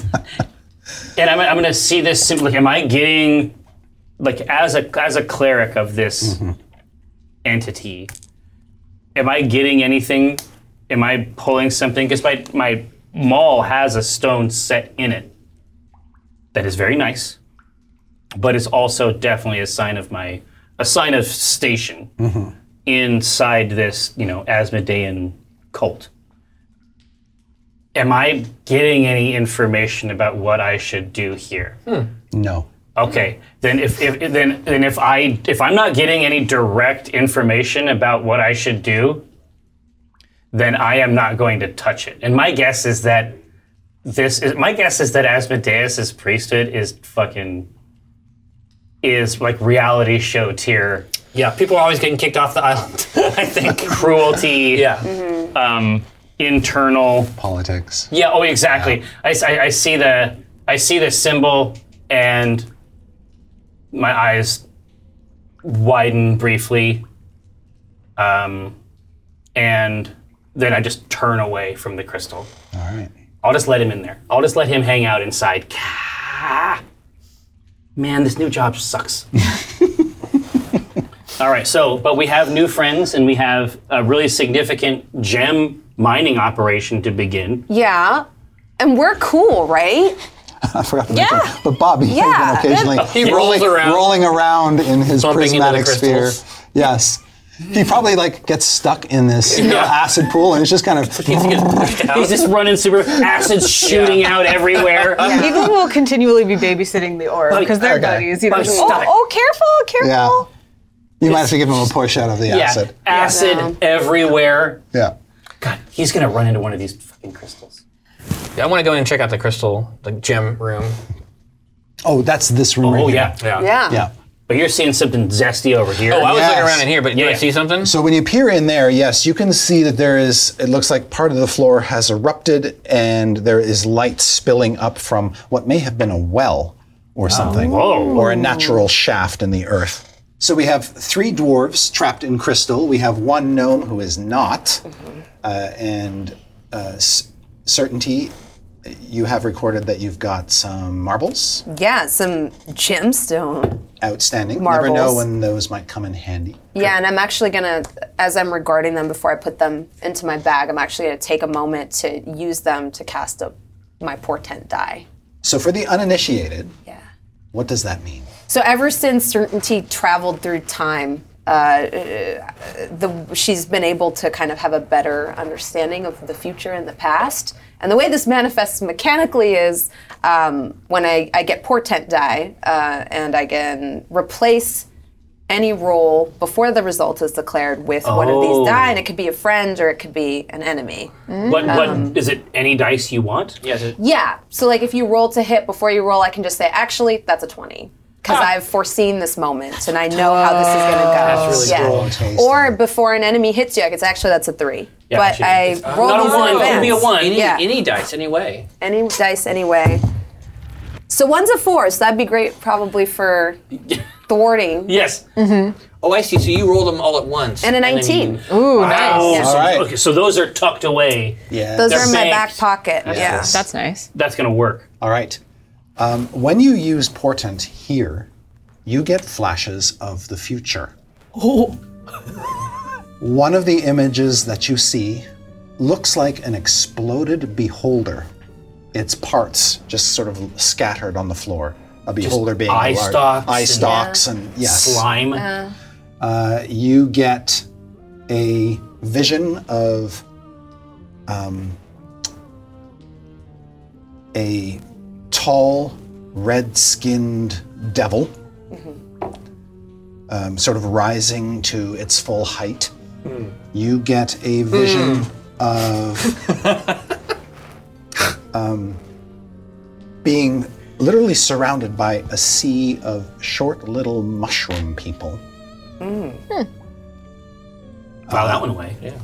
Speaker 3: I'm, I'm going to see this simply. Am I getting, like, as a as a cleric of this entity, am I getting anything? Am I pulling something? Because my my maul has a stone set in it that is very nice, but it's also definitely a sign of my a sign of station inside this you know Asmodean cult. Am I getting any information about what I should do here?
Speaker 1: No.
Speaker 3: Okay, then if, if then then if I if I'm not getting any direct information about what I should do, then I am not going to touch it. And my guess is that this is my guess is that Asmodeus's priesthood is fucking is like reality show tier
Speaker 2: yeah. People are always getting kicked off the island. I think.
Speaker 3: cruelty,
Speaker 2: Yeah.
Speaker 3: um, internal.
Speaker 1: Politics.
Speaker 3: Yeah. Oh, exactly. I, s- I- I see the I see the symbol and my eyes widen briefly, um, and then I just turn away from the crystal.
Speaker 1: All right.
Speaker 3: I'll just let him in there. I'll just let him hang out inside. Ka- man, this new job sucks. All right, so, but we have new friends and we have a really significant gem mining operation to begin.
Speaker 5: Yeah. And we're cool, right?
Speaker 1: I forgot to
Speaker 5: Yeah.
Speaker 1: mention. But Bobby has
Speaker 5: Yeah.
Speaker 1: been occasionally
Speaker 2: He rolls
Speaker 1: rolling,
Speaker 2: around.
Speaker 1: rolling around in his
Speaker 2: Bumping into the
Speaker 1: prismatic sphere.
Speaker 2: crystals.
Speaker 1: Yes. He probably like gets stuck in this you know, acid pool and it's just kind of
Speaker 3: He's just running super acid shooting out everywhere.
Speaker 4: Evelyn will continually be babysitting the orb because they're
Speaker 1: okay.
Speaker 4: buddies. You know,
Speaker 3: Buddy,
Speaker 4: oh,
Speaker 3: stop it.
Speaker 4: oh, careful, careful.
Speaker 1: yeah. You might have to give him a push out of the
Speaker 3: Yeah,
Speaker 1: acid.
Speaker 3: acid everywhere.
Speaker 1: Yeah.
Speaker 3: God, he's gonna run into one of these fucking crystals.
Speaker 2: I want to go in and check out the crystal, the gem room.
Speaker 1: Oh, that's this room. right
Speaker 3: Oh
Speaker 1: here.
Speaker 3: yeah,
Speaker 5: Yeah.
Speaker 1: Yeah.
Speaker 3: But you're seeing something zesty over here.
Speaker 2: Oh, I was
Speaker 1: Yes.
Speaker 2: looking around in here, but yeah.
Speaker 3: Yeah.
Speaker 2: I see something?
Speaker 1: So when you peer in there, yes, you can see that there is, it looks like part of the floor has erupted and there is light spilling up from what may have been a well or something,
Speaker 3: whoa.
Speaker 1: or a natural shaft in the earth. So we have three dwarves trapped in crystal. We have one gnome who is not. Uh, and uh, s- certainty, you have recorded that you've got some marbles.
Speaker 5: Yeah, some gemstone.
Speaker 1: Outstanding. Never know
Speaker 5: Marbles.
Speaker 1: when those might come in handy.
Speaker 5: Yeah, and I'm actually gonna, as I'm regarding them before I put them into my bag, I'm actually gonna take a moment to use them to cast a, my portent die.
Speaker 1: So for the uninitiated,
Speaker 5: Yeah.
Speaker 1: what does that mean?
Speaker 5: So ever since certainty traveled through time, uh, uh, the she's been able to kind of have a better understanding of the future and the past. And the way this manifests mechanically is um, when I, I get portent die uh, and I can replace any roll before the result is declared with one of
Speaker 3: Oh.
Speaker 5: these die, and it could be a friend or it could be an enemy.
Speaker 3: What? What is it? Any dice you want?
Speaker 2: Yeah, so-
Speaker 5: Yeah. So like if you roll to hit before you roll, I can just say, actually, that's a twenty. Because I've foreseen this moment and I know how this is gonna go. That's
Speaker 1: really
Speaker 5: yeah.
Speaker 1: cool and tasty.
Speaker 5: Or before an enemy hits you, I could say actually that's a three.
Speaker 3: Yeah,
Speaker 5: but
Speaker 3: actually,
Speaker 5: I
Speaker 3: it's- uh,
Speaker 5: roll
Speaker 3: not a
Speaker 5: these
Speaker 3: one,
Speaker 5: in
Speaker 3: it would
Speaker 5: advance.
Speaker 3: be a one.
Speaker 2: Any,
Speaker 5: yeah.
Speaker 2: any dice, anyway.
Speaker 5: any dice anyway. So one's a four, so that'd be great probably for thwarting.
Speaker 3: Yes.
Speaker 2: Oh, I see. So you rolled them all at once.
Speaker 5: And a
Speaker 2: then
Speaker 5: 19.
Speaker 2: you-
Speaker 4: Ooh, nice.
Speaker 3: Oh,
Speaker 5: Yeah.
Speaker 3: so,
Speaker 1: All right.
Speaker 3: okay, so those are tucked away.
Speaker 1: Yeah.
Speaker 5: Those are in my
Speaker 3: Thanks.
Speaker 5: back pocket. Yeah.
Speaker 4: That's nice.
Speaker 3: That's gonna work.
Speaker 2: Uh,
Speaker 1: All right. Um, when you use portent here, you get flashes of the future. Oh. One of the images that you see looks like an exploded beholder. Its parts just sort of scattered on the floor. A beholder being a
Speaker 3: eye
Speaker 1: large-
Speaker 3: stalks
Speaker 1: eye
Speaker 3: and-
Speaker 1: stalks, and, yes,
Speaker 3: Slime.
Speaker 1: Uh, you get a vision of um, a tall, red skinned devil, um, sort of rising to its full height. You get a vision of um, being literally surrounded by a sea of short little mushroom people.
Speaker 3: File that one away. Yeah.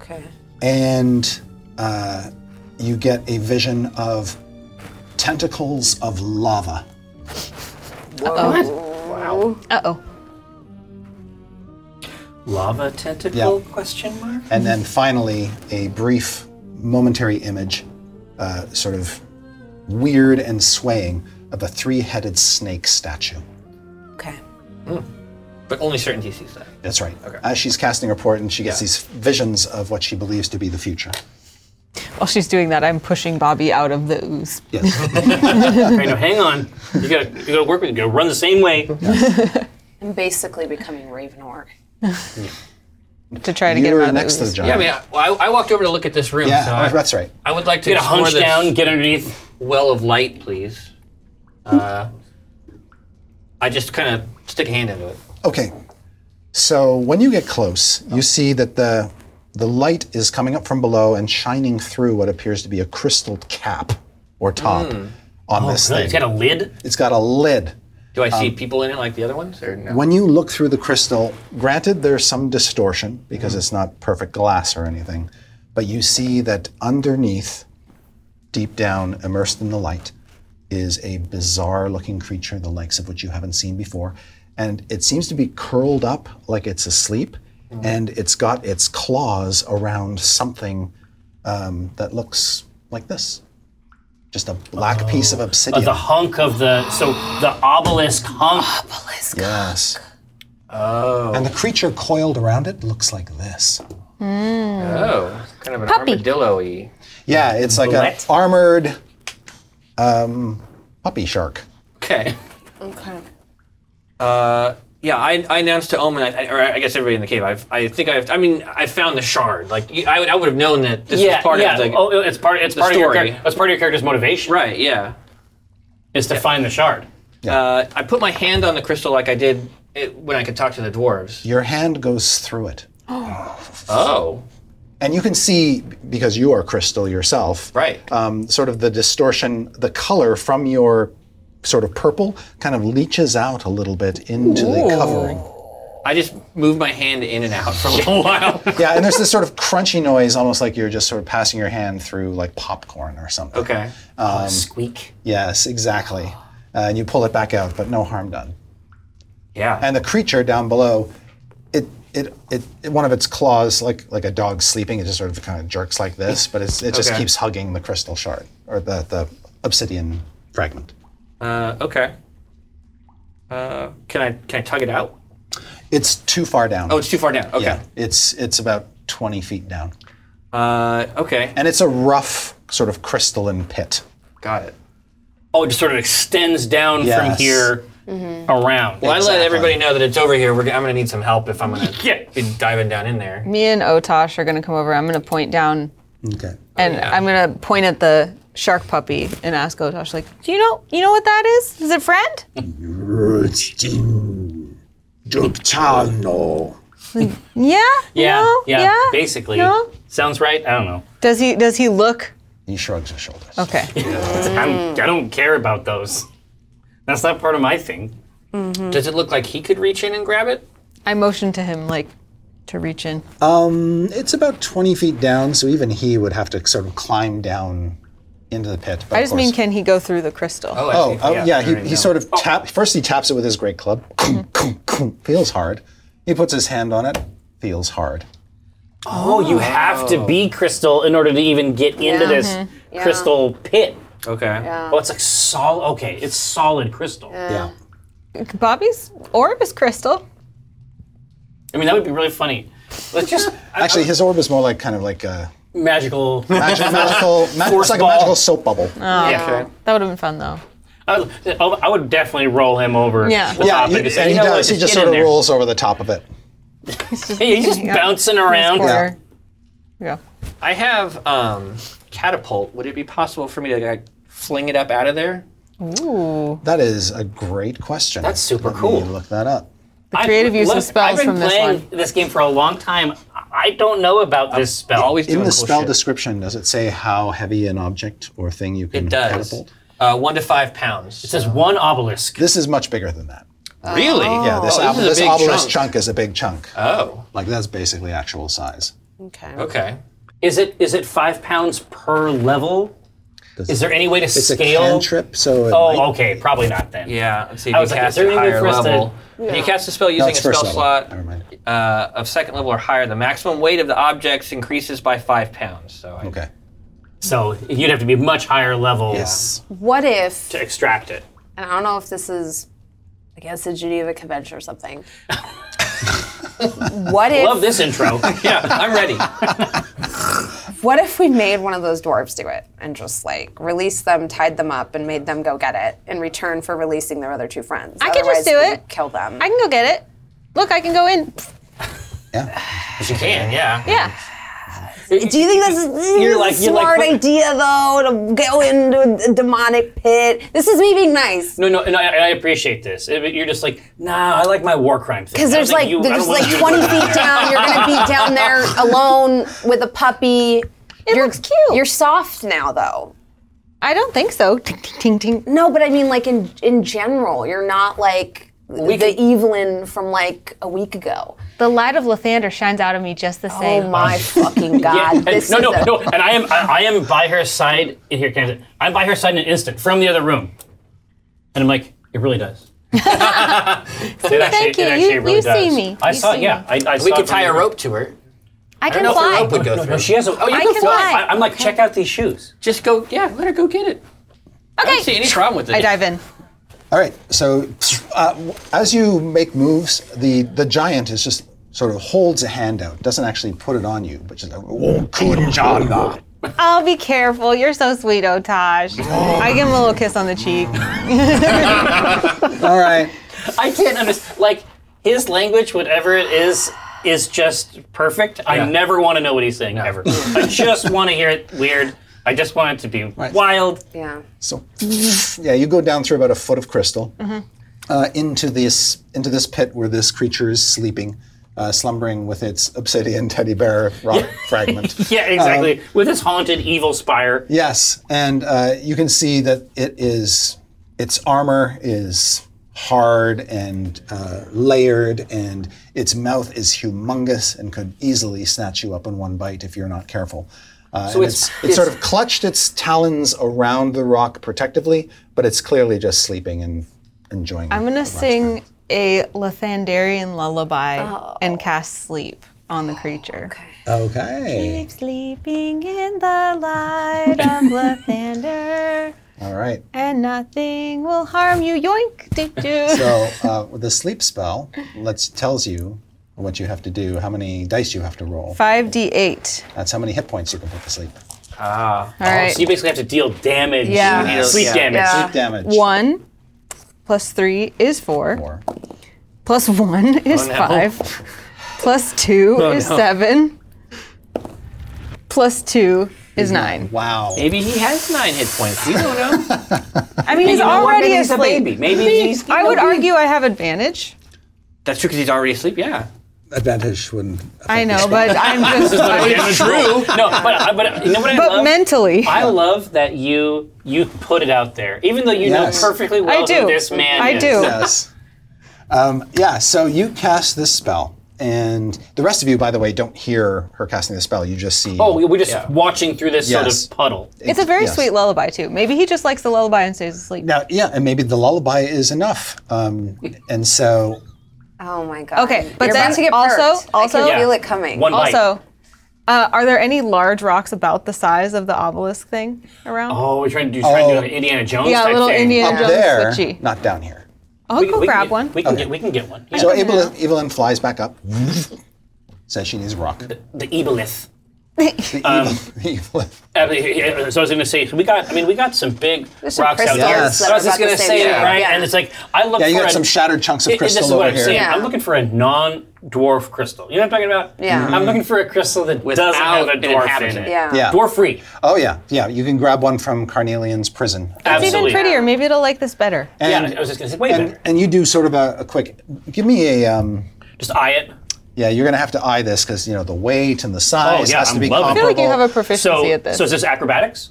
Speaker 5: Okay.
Speaker 1: and uh, you get a vision of tentacles of lava.
Speaker 4: Uh oh.
Speaker 3: Lava tentacle?
Speaker 1: Yeah.
Speaker 3: Question mark.
Speaker 1: And then finally, a brief, momentary image, uh, sort of weird and swaying, of a three headed snake statue.
Speaker 5: Okay.
Speaker 2: But only certainty sees that.
Speaker 1: That's right. Okay. As she's casting her port, and she gets
Speaker 2: Yeah.
Speaker 1: these visions of what she believes to be the future.
Speaker 4: While she's doing that, I'm pushing Bobby out of the ooze.
Speaker 1: Yes.
Speaker 3: Okay, now hang on. You gotta, you gotta work with. You gotta run the same way.
Speaker 5: I'm basically becoming Ravenor.
Speaker 4: to try to get him out
Speaker 1: You're
Speaker 4: of
Speaker 1: next to
Speaker 4: the
Speaker 1: the
Speaker 4: ooze.
Speaker 1: giant.
Speaker 2: Yeah, I mean, I, I walked over to look at this room,
Speaker 1: Yeah,
Speaker 2: so I,
Speaker 1: that's right.
Speaker 2: I would like to
Speaker 3: Get a
Speaker 2: explore
Speaker 3: hunch
Speaker 2: this
Speaker 3: down. Get underneath.
Speaker 2: well of light, please. Uh, I just kind of stick a hand into it.
Speaker 1: Okay. So when you get close, you see that the the light is coming up from below and shining through what appears to be a crystal cap or top on this thing.
Speaker 3: Good. Hmm. Oh, It's got a lid.
Speaker 1: it's got a lid.
Speaker 2: Do I
Speaker 1: Um,
Speaker 2: see people in it like the other ones, or no?
Speaker 1: When you look through the crystal, granted there's some distortion because it's not perfect glass or anything, but you see that underneath, deep down, immersed in the light, is a bizarre looking creature, the likes of which you haven't seen before. And it seems to be curled up like it's asleep, and it's got its claws around something um, that looks like this Just a black piece of obsidian.
Speaker 3: The hunk of the so the obelisk
Speaker 2: Ah,
Speaker 3: hunk.
Speaker 1: yes. Oh. And the creature coiled around it looks like this.
Speaker 2: Oh, kind of an
Speaker 8: Puppy.
Speaker 2: armadillo-y.
Speaker 1: Yeah, it's like an
Speaker 3: Bullet?
Speaker 1: armored um, puppy shark.
Speaker 2: Okay. Uh,
Speaker 5: Okay.
Speaker 2: Yeah, I, I announced to Omen, I, I- or I guess everybody in the cave. I've, I think I've. I mean, I found the shard. Like you- I, would- I would have known that this was part of the.
Speaker 3: oh, it's part. It's
Speaker 2: the
Speaker 3: part of your.
Speaker 2: story.
Speaker 3: Char- it's part of your character's motivation.
Speaker 2: Right. Yeah.
Speaker 3: Is to find the shard.
Speaker 2: Uh, I put my hand on the crystal like I did it, when I could talk to the dwarves.
Speaker 1: Your hand goes through it.
Speaker 2: Oh.
Speaker 1: And you can see, because you are crystal yourself,
Speaker 2: Right.
Speaker 1: um, sort of the distortion, the color from your sort of purple kind of leaches out a little bit into the covering.
Speaker 2: I just moved my hand in and out for a little while.
Speaker 1: Yeah, and there's this sort of crunchy noise, almost like you're just sort of passing your hand through like popcorn or something.
Speaker 2: Okay.
Speaker 3: Squeak.
Speaker 1: Yes, exactly. Uh, and you pull it back out, but no harm done.
Speaker 2: Yeah.
Speaker 1: And the creature down below, it, it, it, it one of its claws, like like a dog sleeping, it just sort of kind of jerks like this, but it's, it just
Speaker 2: Okay.
Speaker 1: keeps hugging the crystal shard or the, the obsidian fragment.
Speaker 2: Uh, okay. Uh, can I can I tug it out?
Speaker 1: It's too far down.
Speaker 2: Oh, it's too far down. Okay.
Speaker 1: yeah. It's it's about 20 feet down,
Speaker 2: Uh, okay.
Speaker 1: and it's a rough sort of crystalline pit.
Speaker 2: Got it.
Speaker 3: Oh, it just sort of extends down
Speaker 1: Yes.
Speaker 3: from here around.
Speaker 2: Well, I
Speaker 1: Exactly.
Speaker 2: let everybody know that it's over here. We're, g- I'm gonna need some help if I'm gonna
Speaker 3: Yeah.
Speaker 2: be diving down in there.
Speaker 4: Me and Otosh are gonna come over. I'm gonna point down
Speaker 1: Okay.
Speaker 4: and I'm gonna point at the shark puppy and ask Otosh, like, do you know you know what that is? Is it friend? Yeah?
Speaker 3: Yeah,
Speaker 4: No?
Speaker 3: yeah, Basically,
Speaker 4: No?
Speaker 3: sounds right. I don't know.
Speaker 4: Does he does he look
Speaker 1: He shrugs his shoulders.
Speaker 4: Okay.
Speaker 3: I'm, I don't care about those. That's not part of my thing.
Speaker 2: Does it look like he could reach in and grab it?
Speaker 4: I motioned to him like to reach in.
Speaker 1: It's about 20 feet down, so even he would have to sort of climb down into the pit. But
Speaker 4: I
Speaker 1: of
Speaker 4: just mean
Speaker 1: course-
Speaker 4: can he go through the crystal?
Speaker 2: Oh, I
Speaker 1: Oh,
Speaker 2: see.
Speaker 1: oh, yeah, he,
Speaker 2: there you
Speaker 1: he
Speaker 2: go.
Speaker 1: sort of tap. First, he taps it with his great club.
Speaker 4: Mm-hmm.
Speaker 1: feels hard. He puts his hand on it. Feels hard.
Speaker 3: Oh, you have to be crystal in order to even get into this crystal pit.
Speaker 2: Okay.
Speaker 3: Oh, it's like solid. Okay, it's solid crystal.
Speaker 1: Yeah.
Speaker 4: Bobby's orb is crystal.
Speaker 3: I mean, that would be really funny. Let's just
Speaker 1: Actually, his orb is more like kind of like a
Speaker 3: magical.
Speaker 1: magic, magical. ma- it's
Speaker 3: Force
Speaker 1: like
Speaker 3: ball.
Speaker 1: a magical soap bubble.
Speaker 4: Oh.
Speaker 3: yeah.
Speaker 4: That would have been fun though.
Speaker 3: I would, I would definitely roll him over.
Speaker 4: Yeah.
Speaker 3: the
Speaker 1: yeah,
Speaker 3: top
Speaker 1: he-
Speaker 3: and
Speaker 1: and
Speaker 3: just say,
Speaker 1: he
Speaker 3: "You know what,
Speaker 1: does. He just
Speaker 3: get
Speaker 1: sort
Speaker 3: in
Speaker 1: of
Speaker 3: there."
Speaker 1: rolls over the top of it.
Speaker 3: He's just bouncing around.
Speaker 4: Corner. Yeah.
Speaker 2: I have um, catapult. Would it be possible for me to like, fling it up out of there?
Speaker 1: That is a great question.
Speaker 3: That's super
Speaker 1: Let me
Speaker 3: cool.
Speaker 1: Look that up.
Speaker 4: creative use of spells
Speaker 3: I've been
Speaker 4: from this
Speaker 3: playing
Speaker 4: one.
Speaker 3: this game for a long time. I don't know about this spell.
Speaker 2: Always
Speaker 1: In
Speaker 2: doing
Speaker 1: the
Speaker 2: cool
Speaker 1: spell
Speaker 2: shit.
Speaker 1: description, does it say how heavy an object or thing you can
Speaker 2: It does.
Speaker 1: catapult?
Speaker 2: Uh, one to five pounds.
Speaker 3: It says one obelisk.
Speaker 1: This is much bigger than that.
Speaker 2: really?
Speaker 1: Yeah, this,
Speaker 2: oh,
Speaker 1: ob-
Speaker 2: this
Speaker 1: this
Speaker 2: is a big
Speaker 1: obelisk
Speaker 2: chunk.
Speaker 1: chunk. is a big chunk.
Speaker 2: Oh,
Speaker 1: like that's basically actual size.
Speaker 5: Okay.
Speaker 2: okay.
Speaker 3: Is it is it five pounds per level? Is there any way to
Speaker 1: It's
Speaker 3: scale?
Speaker 1: a cantrip, so it
Speaker 3: Oh,
Speaker 1: might-
Speaker 3: okay, probably not then.
Speaker 2: Yeah, let's see if
Speaker 3: I
Speaker 2: you
Speaker 3: was like, is
Speaker 2: cast
Speaker 3: there
Speaker 2: a
Speaker 3: any way
Speaker 2: higher
Speaker 3: for us to-
Speaker 2: level. If you cast a spell using
Speaker 1: no,
Speaker 2: a
Speaker 1: it's
Speaker 2: spell
Speaker 1: first level.
Speaker 2: slot
Speaker 1: Never mind.
Speaker 2: uh, of second level or higher, the maximum weight of the objects increases by five pounds. So I,
Speaker 1: Okay.
Speaker 3: So you'd have to be much higher level
Speaker 1: Yes.
Speaker 5: What if?
Speaker 3: to extract it.
Speaker 5: And I don't know if this is against the Geneva Convention or something. what if?
Speaker 3: Love this intro.
Speaker 2: yeah, I'm ready.
Speaker 5: What if we made one of those dwarves do it and just like released them, tied them up, and made them go get it in return for releasing their other two friends? I
Speaker 4: could just do it.
Speaker 5: Kill them.
Speaker 4: I can go get it. Look, I can go in.
Speaker 1: Yeah.
Speaker 3: you can, yeah.
Speaker 4: Yeah.
Speaker 5: do you think this is, this
Speaker 3: You're
Speaker 5: is
Speaker 3: like-
Speaker 5: a
Speaker 3: you're like-
Speaker 5: smart idea though to go into a demonic pit? This is me being nice.
Speaker 3: No, no, and I, I appreciate this. It- you're just like, nah, I like my war crime thing.
Speaker 5: Because
Speaker 3: I don't
Speaker 5: there's
Speaker 3: think
Speaker 5: like
Speaker 3: you- I
Speaker 5: there's
Speaker 3: don't want
Speaker 5: like
Speaker 3: you to
Speaker 5: 20
Speaker 3: do that.
Speaker 5: feet down. You're gonna be down there alone with a puppy. It you're,
Speaker 4: looks cute.
Speaker 5: You're soft now though.
Speaker 4: I don't think so. Ting, ting, ting, ting.
Speaker 5: No, but I mean like in in general, you're not like the Evelyn from like a week ago.
Speaker 4: The light of Lathander shines out of me just the same.
Speaker 5: Oh my
Speaker 3: Yeah,
Speaker 5: fucking god!
Speaker 3: and-
Speaker 5: this
Speaker 3: no,
Speaker 5: is
Speaker 3: no,
Speaker 5: a-
Speaker 3: no. And I am, I, I am by her side. in Here, can I? I'm by her side in an instant from the other room, and I'm like, it really does. It actually-
Speaker 4: you.
Speaker 3: it actually
Speaker 4: You-
Speaker 3: really
Speaker 4: you see
Speaker 3: does.
Speaker 4: me.
Speaker 3: I
Speaker 4: You
Speaker 3: saw.
Speaker 4: see
Speaker 3: Yeah, I, I
Speaker 2: We
Speaker 3: saw
Speaker 2: could
Speaker 3: it from
Speaker 2: tie
Speaker 3: the-
Speaker 2: a rope to her.
Speaker 4: I
Speaker 2: I
Speaker 4: can
Speaker 2: don't know if the
Speaker 4: fly.
Speaker 2: rope would go
Speaker 3: No,
Speaker 2: through.
Speaker 3: no, she has a. Oh, you
Speaker 4: I
Speaker 3: can
Speaker 4: can
Speaker 3: fly.
Speaker 4: fly.
Speaker 3: I, am like, check out these shoes.
Speaker 2: Just go. Yeah, let her go get it. I don't see any problem with it.
Speaker 4: I dive in.
Speaker 1: All right. So uh, as you make moves, the the giant is just sort of holds a hand out, doesn't actually put it on you, but just like, oh, couldn't John not.
Speaker 4: I'll be careful. You're so sweet, Otaj. I give him a little kiss on the cheek.
Speaker 1: All right.
Speaker 3: I can't understand. Like his language, whatever it is, is just perfect. I never want to know what he's saying ever. I just want to hear it weird. I just want it to be wild.
Speaker 5: Yeah.
Speaker 1: So yeah, you go down through about a foot of crystal uh, into this into this pit where this creature is sleeping, uh, slumbering with its obsidian teddy bear rock fragment.
Speaker 3: Yeah,
Speaker 2: Um,
Speaker 3: exactly. With this haunted evil spire.
Speaker 1: Yes, and uh, you can see that it is its armor is hard and uh, layered, and its mouth is humongous and could easily snatch you up in one bite if you're not careful. Uh, so
Speaker 3: it's-
Speaker 1: it's, it's, sort of clutched its talons around the rock protectively, but it's clearly just sleeping and enjoying.
Speaker 4: I'm gonna sing a Lethandarian lullaby
Speaker 2: Oh.
Speaker 4: and cast sleep on the creature.
Speaker 1: Okay.
Speaker 4: Keep sleeping in the light of Lethander,
Speaker 1: All right.
Speaker 4: and nothing will harm you. Yoink, doo doo.
Speaker 1: So uh, with the sleep spell lets tells you what you have to do, how many dice you have to roll.
Speaker 4: Five d eight.
Speaker 1: That's how many hit points you can put to sleep.
Speaker 4: All right.
Speaker 3: Oh, So you basically have to deal damage.
Speaker 4: Yeah.
Speaker 3: you know, sleep
Speaker 2: Yeah.
Speaker 3: damage.
Speaker 5: Yeah.
Speaker 1: Damage.
Speaker 4: One plus three is four.
Speaker 1: Four.
Speaker 4: Plus one
Speaker 3: Oh,
Speaker 4: is
Speaker 2: no.
Speaker 4: five. Plus two is
Speaker 2: no.
Speaker 4: seven. Plus two is nine.
Speaker 1: Wow.
Speaker 2: Maybe he has nine hit points. We don't know.
Speaker 4: I mean, he's
Speaker 3: You know what?
Speaker 4: already
Speaker 3: Maybe he's a
Speaker 4: asleep.
Speaker 3: baby. Maybe he's.
Speaker 4: I would argue I have advantage.
Speaker 2: That's true because he's already asleep. Yeah.
Speaker 1: Advantage wouldn't.
Speaker 4: I know, but I'm just.
Speaker 3: It's true. No, but but you know what I
Speaker 4: but
Speaker 3: love?
Speaker 4: mentally,
Speaker 3: I love that you you put it out there, even though you
Speaker 1: Yes.
Speaker 3: know perfectly well
Speaker 4: I do.
Speaker 3: who this man
Speaker 4: I
Speaker 3: is.
Speaker 4: do.
Speaker 1: Yes. Um, yeah. So you cast this spell, and the rest of you, by the way, don't hear her casting the spell. You just see.
Speaker 3: Oh, we're just watching through this
Speaker 1: Yes.
Speaker 3: sort of puddle.
Speaker 4: it's a very
Speaker 1: yes.
Speaker 4: sweet lullaby too. Maybe he just likes the lullaby and stays asleep.
Speaker 1: Now, yeah, and maybe the lullaby is enough. Um, and so,
Speaker 5: Oh my god.
Speaker 4: Okay, but
Speaker 5: You're
Speaker 4: then
Speaker 5: about to get
Speaker 4: also-
Speaker 5: perked.
Speaker 4: also-
Speaker 5: I can
Speaker 4: Yeah.
Speaker 5: feel it coming.
Speaker 3: One bite.
Speaker 4: Also, uh, are there any large rocks about the size of the obelisk thing around?
Speaker 3: Oh, we're trying to do, trying to do an Indiana Jones
Speaker 4: yeah, a
Speaker 3: type
Speaker 4: little
Speaker 3: thing.
Speaker 4: Indiana
Speaker 1: up
Speaker 4: Jones
Speaker 1: there,
Speaker 4: switchy.
Speaker 1: not down here.
Speaker 4: I'll
Speaker 3: We,
Speaker 4: go
Speaker 3: we can
Speaker 4: grab
Speaker 3: get-
Speaker 4: one.
Speaker 3: We can, get, we can get one. Yeah.
Speaker 1: So Evelyn, Evelyn flies back up, says she needs a rock.
Speaker 3: the Ebolith. Um,
Speaker 1: Evelyn-
Speaker 3: I mean, yeah, so I was going to say, so we got. I mean, we got some big
Speaker 5: There's some
Speaker 3: rocks out
Speaker 5: crystals
Speaker 3: there.
Speaker 1: Yes.
Speaker 5: that
Speaker 3: I was just
Speaker 5: are about
Speaker 3: going
Speaker 5: the
Speaker 3: to
Speaker 5: same
Speaker 3: say it,
Speaker 5: size.
Speaker 3: right?
Speaker 5: Yeah.
Speaker 3: And it's like I look
Speaker 1: yeah,
Speaker 3: for
Speaker 1: you got
Speaker 3: a-
Speaker 1: some shattered chunks of
Speaker 3: It- it-
Speaker 1: crystal
Speaker 3: this is
Speaker 1: over
Speaker 3: what I'm
Speaker 1: here.
Speaker 3: saying.
Speaker 5: Yeah.
Speaker 3: I'm looking for a non-dwarf crystal. You know what I'm talking about?
Speaker 5: Yeah.
Speaker 3: I'm looking for a crystal that
Speaker 2: Without
Speaker 3: doesn't have a
Speaker 2: an
Speaker 3: dwarf in
Speaker 2: inhabitant.
Speaker 3: it.
Speaker 5: Yeah.
Speaker 1: Yeah.
Speaker 3: Dwarf-free.
Speaker 1: Oh yeah, yeah. You can grab one from Carnelian's prison.
Speaker 4: It's even
Speaker 3: Absolutely.
Speaker 4: prettier. Maybe it'll like this better.
Speaker 1: And-
Speaker 3: yeah, I was just going to say, wait a
Speaker 1: and
Speaker 3: minute.
Speaker 1: and you do sort of a, a quick. Give me a. Um,
Speaker 3: Just eye it.
Speaker 1: Yeah, you're gonna have to eye this because you know the weight and the size
Speaker 3: Oh, yeah,
Speaker 1: has to
Speaker 3: I'm
Speaker 1: be
Speaker 3: loving it. I
Speaker 4: I
Speaker 1: comparable.
Speaker 4: feel like you have a proficiency
Speaker 3: So,
Speaker 4: at this.
Speaker 3: so is this acrobatics?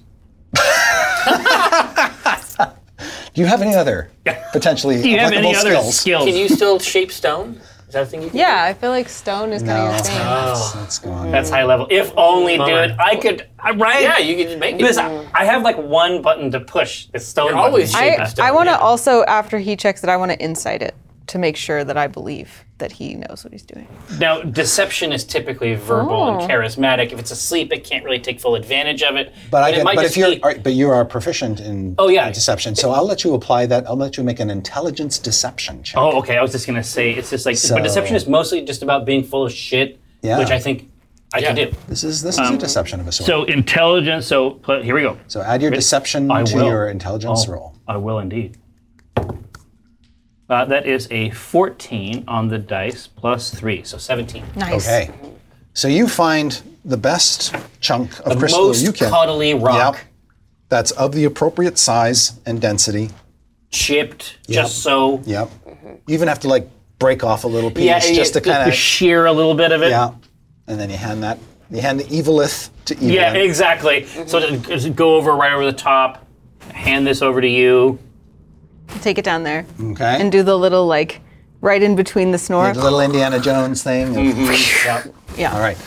Speaker 1: Do you have any other potentially
Speaker 3: Do you have
Speaker 1: applicable
Speaker 3: any other
Speaker 1: skills?
Speaker 3: skills?
Speaker 2: Can you still shape stone? Is that a thing you can
Speaker 4: yeah, I feel like stone is kind
Speaker 1: No.
Speaker 4: of your thing.
Speaker 1: That's, that's gone.
Speaker 3: Oh. That's high level. If only,
Speaker 2: Bummer.
Speaker 3: dude. I could. I, right?
Speaker 2: do? Yeah, you can just make it.
Speaker 3: This, I have like one button to push. It's stone.
Speaker 2: You're always
Speaker 3: button.
Speaker 2: shaped
Speaker 4: I, I want to also, after he checks it, I want to insight it to make sure that I believe that he knows what he's doing.
Speaker 3: Now, deception is typically verbal and charismatic. If it's asleep, it can't really take full advantage of it.
Speaker 1: but I
Speaker 3: it
Speaker 1: get,
Speaker 3: might
Speaker 1: but
Speaker 3: just
Speaker 1: if you're
Speaker 3: be-
Speaker 1: all right, but you are proficient in
Speaker 3: Oh, yeah.
Speaker 1: in deception, so I'll let you apply that. I'll let you make an intelligence deception check.
Speaker 3: Oh, okay. I was just gonna say it's just like, but deception is mostly just about being full of shit,
Speaker 1: Yeah.
Speaker 3: which I think I can
Speaker 2: Yeah.
Speaker 3: do.
Speaker 1: This is this is a deception of a sort.
Speaker 3: um, So intelligence. So pl- here we go.
Speaker 1: So add your deception
Speaker 3: I
Speaker 1: to
Speaker 3: will.
Speaker 1: your intelligence
Speaker 3: Oh,
Speaker 1: roll.
Speaker 3: I will indeed. Uh, that is a 14 on the dice plus three, so 17.
Speaker 4: Nice.
Speaker 1: Okay. So you find the best chunk of crystal
Speaker 3: Most
Speaker 1: you can.
Speaker 3: cuddly rock,
Speaker 1: Yep. That's of the appropriate size and density.
Speaker 3: chipped, just so.
Speaker 1: Yep. You even have to like break off a little piece just to kind
Speaker 3: to
Speaker 1: of
Speaker 3: shear a little bit of it.
Speaker 1: Yeah, and then you hand that you hand the evilith to Evelyn.
Speaker 3: Yeah, exactly. So to, just go over right over the top, hand this over to you.
Speaker 4: Take it down there
Speaker 1: okay.
Speaker 4: and do the little like right in between the snore.
Speaker 1: the little Indiana Jones thing. and-
Speaker 3: Mm-hmm. Yep.
Speaker 4: Yeah.
Speaker 1: All right,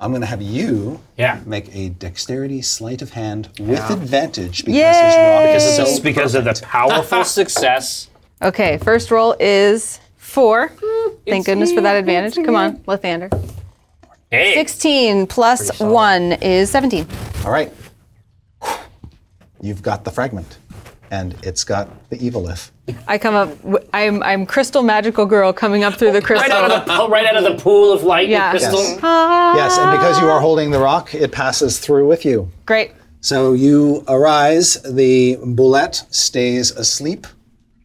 Speaker 1: I'm gonna have you
Speaker 3: Yeah.
Speaker 1: make a dexterity sleight of hand with advantage because
Speaker 4: Yay!
Speaker 1: his rock is
Speaker 3: It's
Speaker 1: so
Speaker 3: because of the powerful success.
Speaker 4: Okay, first roll is four.
Speaker 3: Hmm,
Speaker 4: Thank goodness for that advantage. Come on, Lethander.
Speaker 3: Hey.
Speaker 4: 16 plus one is 17.
Speaker 1: All right, you've got the fragment. and it's got the evilith.
Speaker 4: I come up. w- I'm I'm crystal magical girl coming up through the crystal.
Speaker 3: Right out of the oh, right out of the pool of light
Speaker 4: Yeah.
Speaker 3: and crystal.
Speaker 1: Yes.
Speaker 4: Ah.
Speaker 1: Yes, and because you are holding the rock, it passes through with you.
Speaker 4: Great.
Speaker 1: So you arise, the boulette stays asleep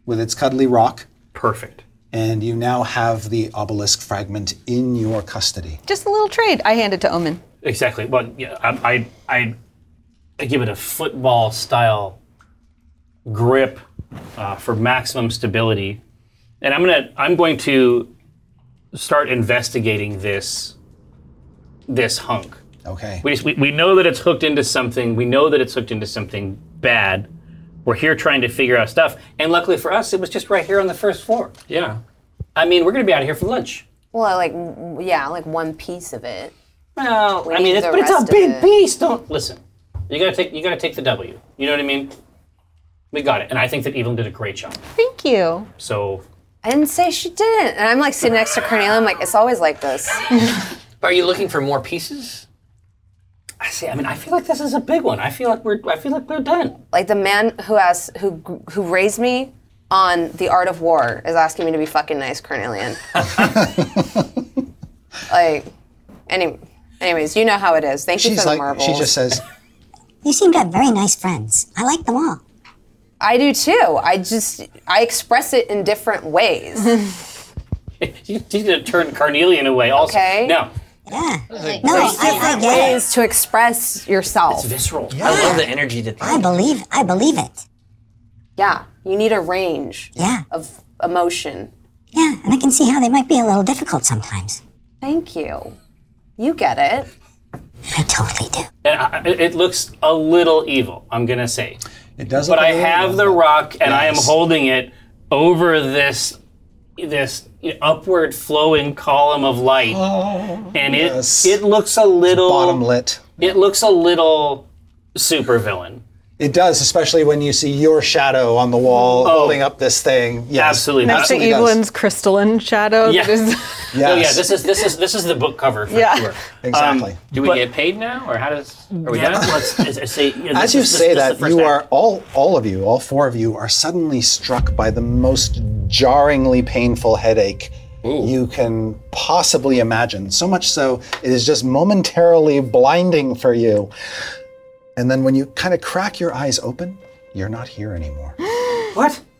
Speaker 1: with its cuddly rock,
Speaker 3: Perfect.
Speaker 1: and you now have the obelisk fragment in your custody.
Speaker 4: Just a little trade. I hand it to Omen.
Speaker 3: Exactly. Well, yeah, I, I, I, I give it a football style grip uh, for maximum stability, and I'm gonna I'm going to start investigating this this hunk.
Speaker 1: Okay.
Speaker 3: We, just, we we know that it's hooked into something. We know that it's hooked into something bad. We're here trying to figure out stuff, and luckily for us, it was just right here on the first floor.
Speaker 2: Yeah.
Speaker 3: I mean, we're gonna be out of here for lunch.
Speaker 5: Well, like, w- yeah, like one piece of it.
Speaker 3: Well, I
Speaker 5: need
Speaker 3: mean, it's,
Speaker 5: the
Speaker 3: but it's a
Speaker 5: rest of
Speaker 3: big
Speaker 5: it.
Speaker 3: beast. Don't listen. You gotta take. You gotta take the W. You know what I mean? We got it, and I think that Evelyn did a great job.
Speaker 4: Thank you.
Speaker 3: So,
Speaker 5: I didn't say she didn't. And I'm like sitting next to Cornelia. I'm like, it's always like this.
Speaker 2: Are you looking for more pieces?
Speaker 3: I see. I mean, I feel like this is a big one. I feel like we're. I feel like we're done.
Speaker 5: Like the man who has who who raised me on the art of war is asking me to be fucking nice, Cornelian. like, any, anyways, you know how it is. Thank you
Speaker 1: She's
Speaker 5: for the
Speaker 1: like,
Speaker 5: marbles.
Speaker 1: she just says,
Speaker 7: You seem to have very nice friends. I like them all.
Speaker 5: I do too. I just I express it in different ways.
Speaker 3: You need to turn Carnelian away. Also,
Speaker 5: Okay.
Speaker 3: no,
Speaker 7: Yeah. No, I, I get it.
Speaker 5: ways to express yourself.
Speaker 3: visceral.
Speaker 2: I love the energy that.
Speaker 7: I believe. I believe it.
Speaker 5: Yeah, you need a range
Speaker 7: Yeah.
Speaker 5: of emotion.
Speaker 7: Yeah, and I can see how they might be a little difficult sometimes.
Speaker 5: Thank you. You get it.
Speaker 7: I totally do.
Speaker 3: And I, it- it looks a little evil. I'm gonna say,
Speaker 1: it does
Speaker 3: but
Speaker 1: look
Speaker 3: I
Speaker 1: a little
Speaker 3: have the
Speaker 1: evil."
Speaker 3: rock, and I am
Speaker 1: Yes.
Speaker 3: holding it over this this upward flowing column of light, and it
Speaker 1: Oh, yes.
Speaker 3: it looks a little
Speaker 1: bottom lit.
Speaker 3: It looks a little supervillain.
Speaker 1: It does, especially when you see your shadow on the wall holding up this thing. Yes.
Speaker 3: Oh. Absolutely.
Speaker 4: Next to
Speaker 1: absolutely does.
Speaker 4: Evelyn's crystalline shadow.
Speaker 3: Yeah.
Speaker 4: That is,
Speaker 1: Yes.
Speaker 3: Oh yeah, this is this is this is the book cover for
Speaker 4: Yeah.
Speaker 3: sure. Um,
Speaker 1: exactly.
Speaker 2: Do we
Speaker 3: But-
Speaker 2: get paid now, or how does? Are we
Speaker 3: Yeah,
Speaker 2: done?
Speaker 3: let's, let's, let's say, yeah,
Speaker 1: As
Speaker 3: this
Speaker 1: you
Speaker 3: is- this-
Speaker 1: say
Speaker 3: this is the
Speaker 1: that,
Speaker 3: first
Speaker 1: you
Speaker 3: act.
Speaker 1: are all all of you, all four of you, are suddenly struck by the most jarringly painful headache you can possibly imagine. So much so it is just momentarily blinding for you. And then when you kind of crack your eyes open, you're not here anymore.
Speaker 3: what?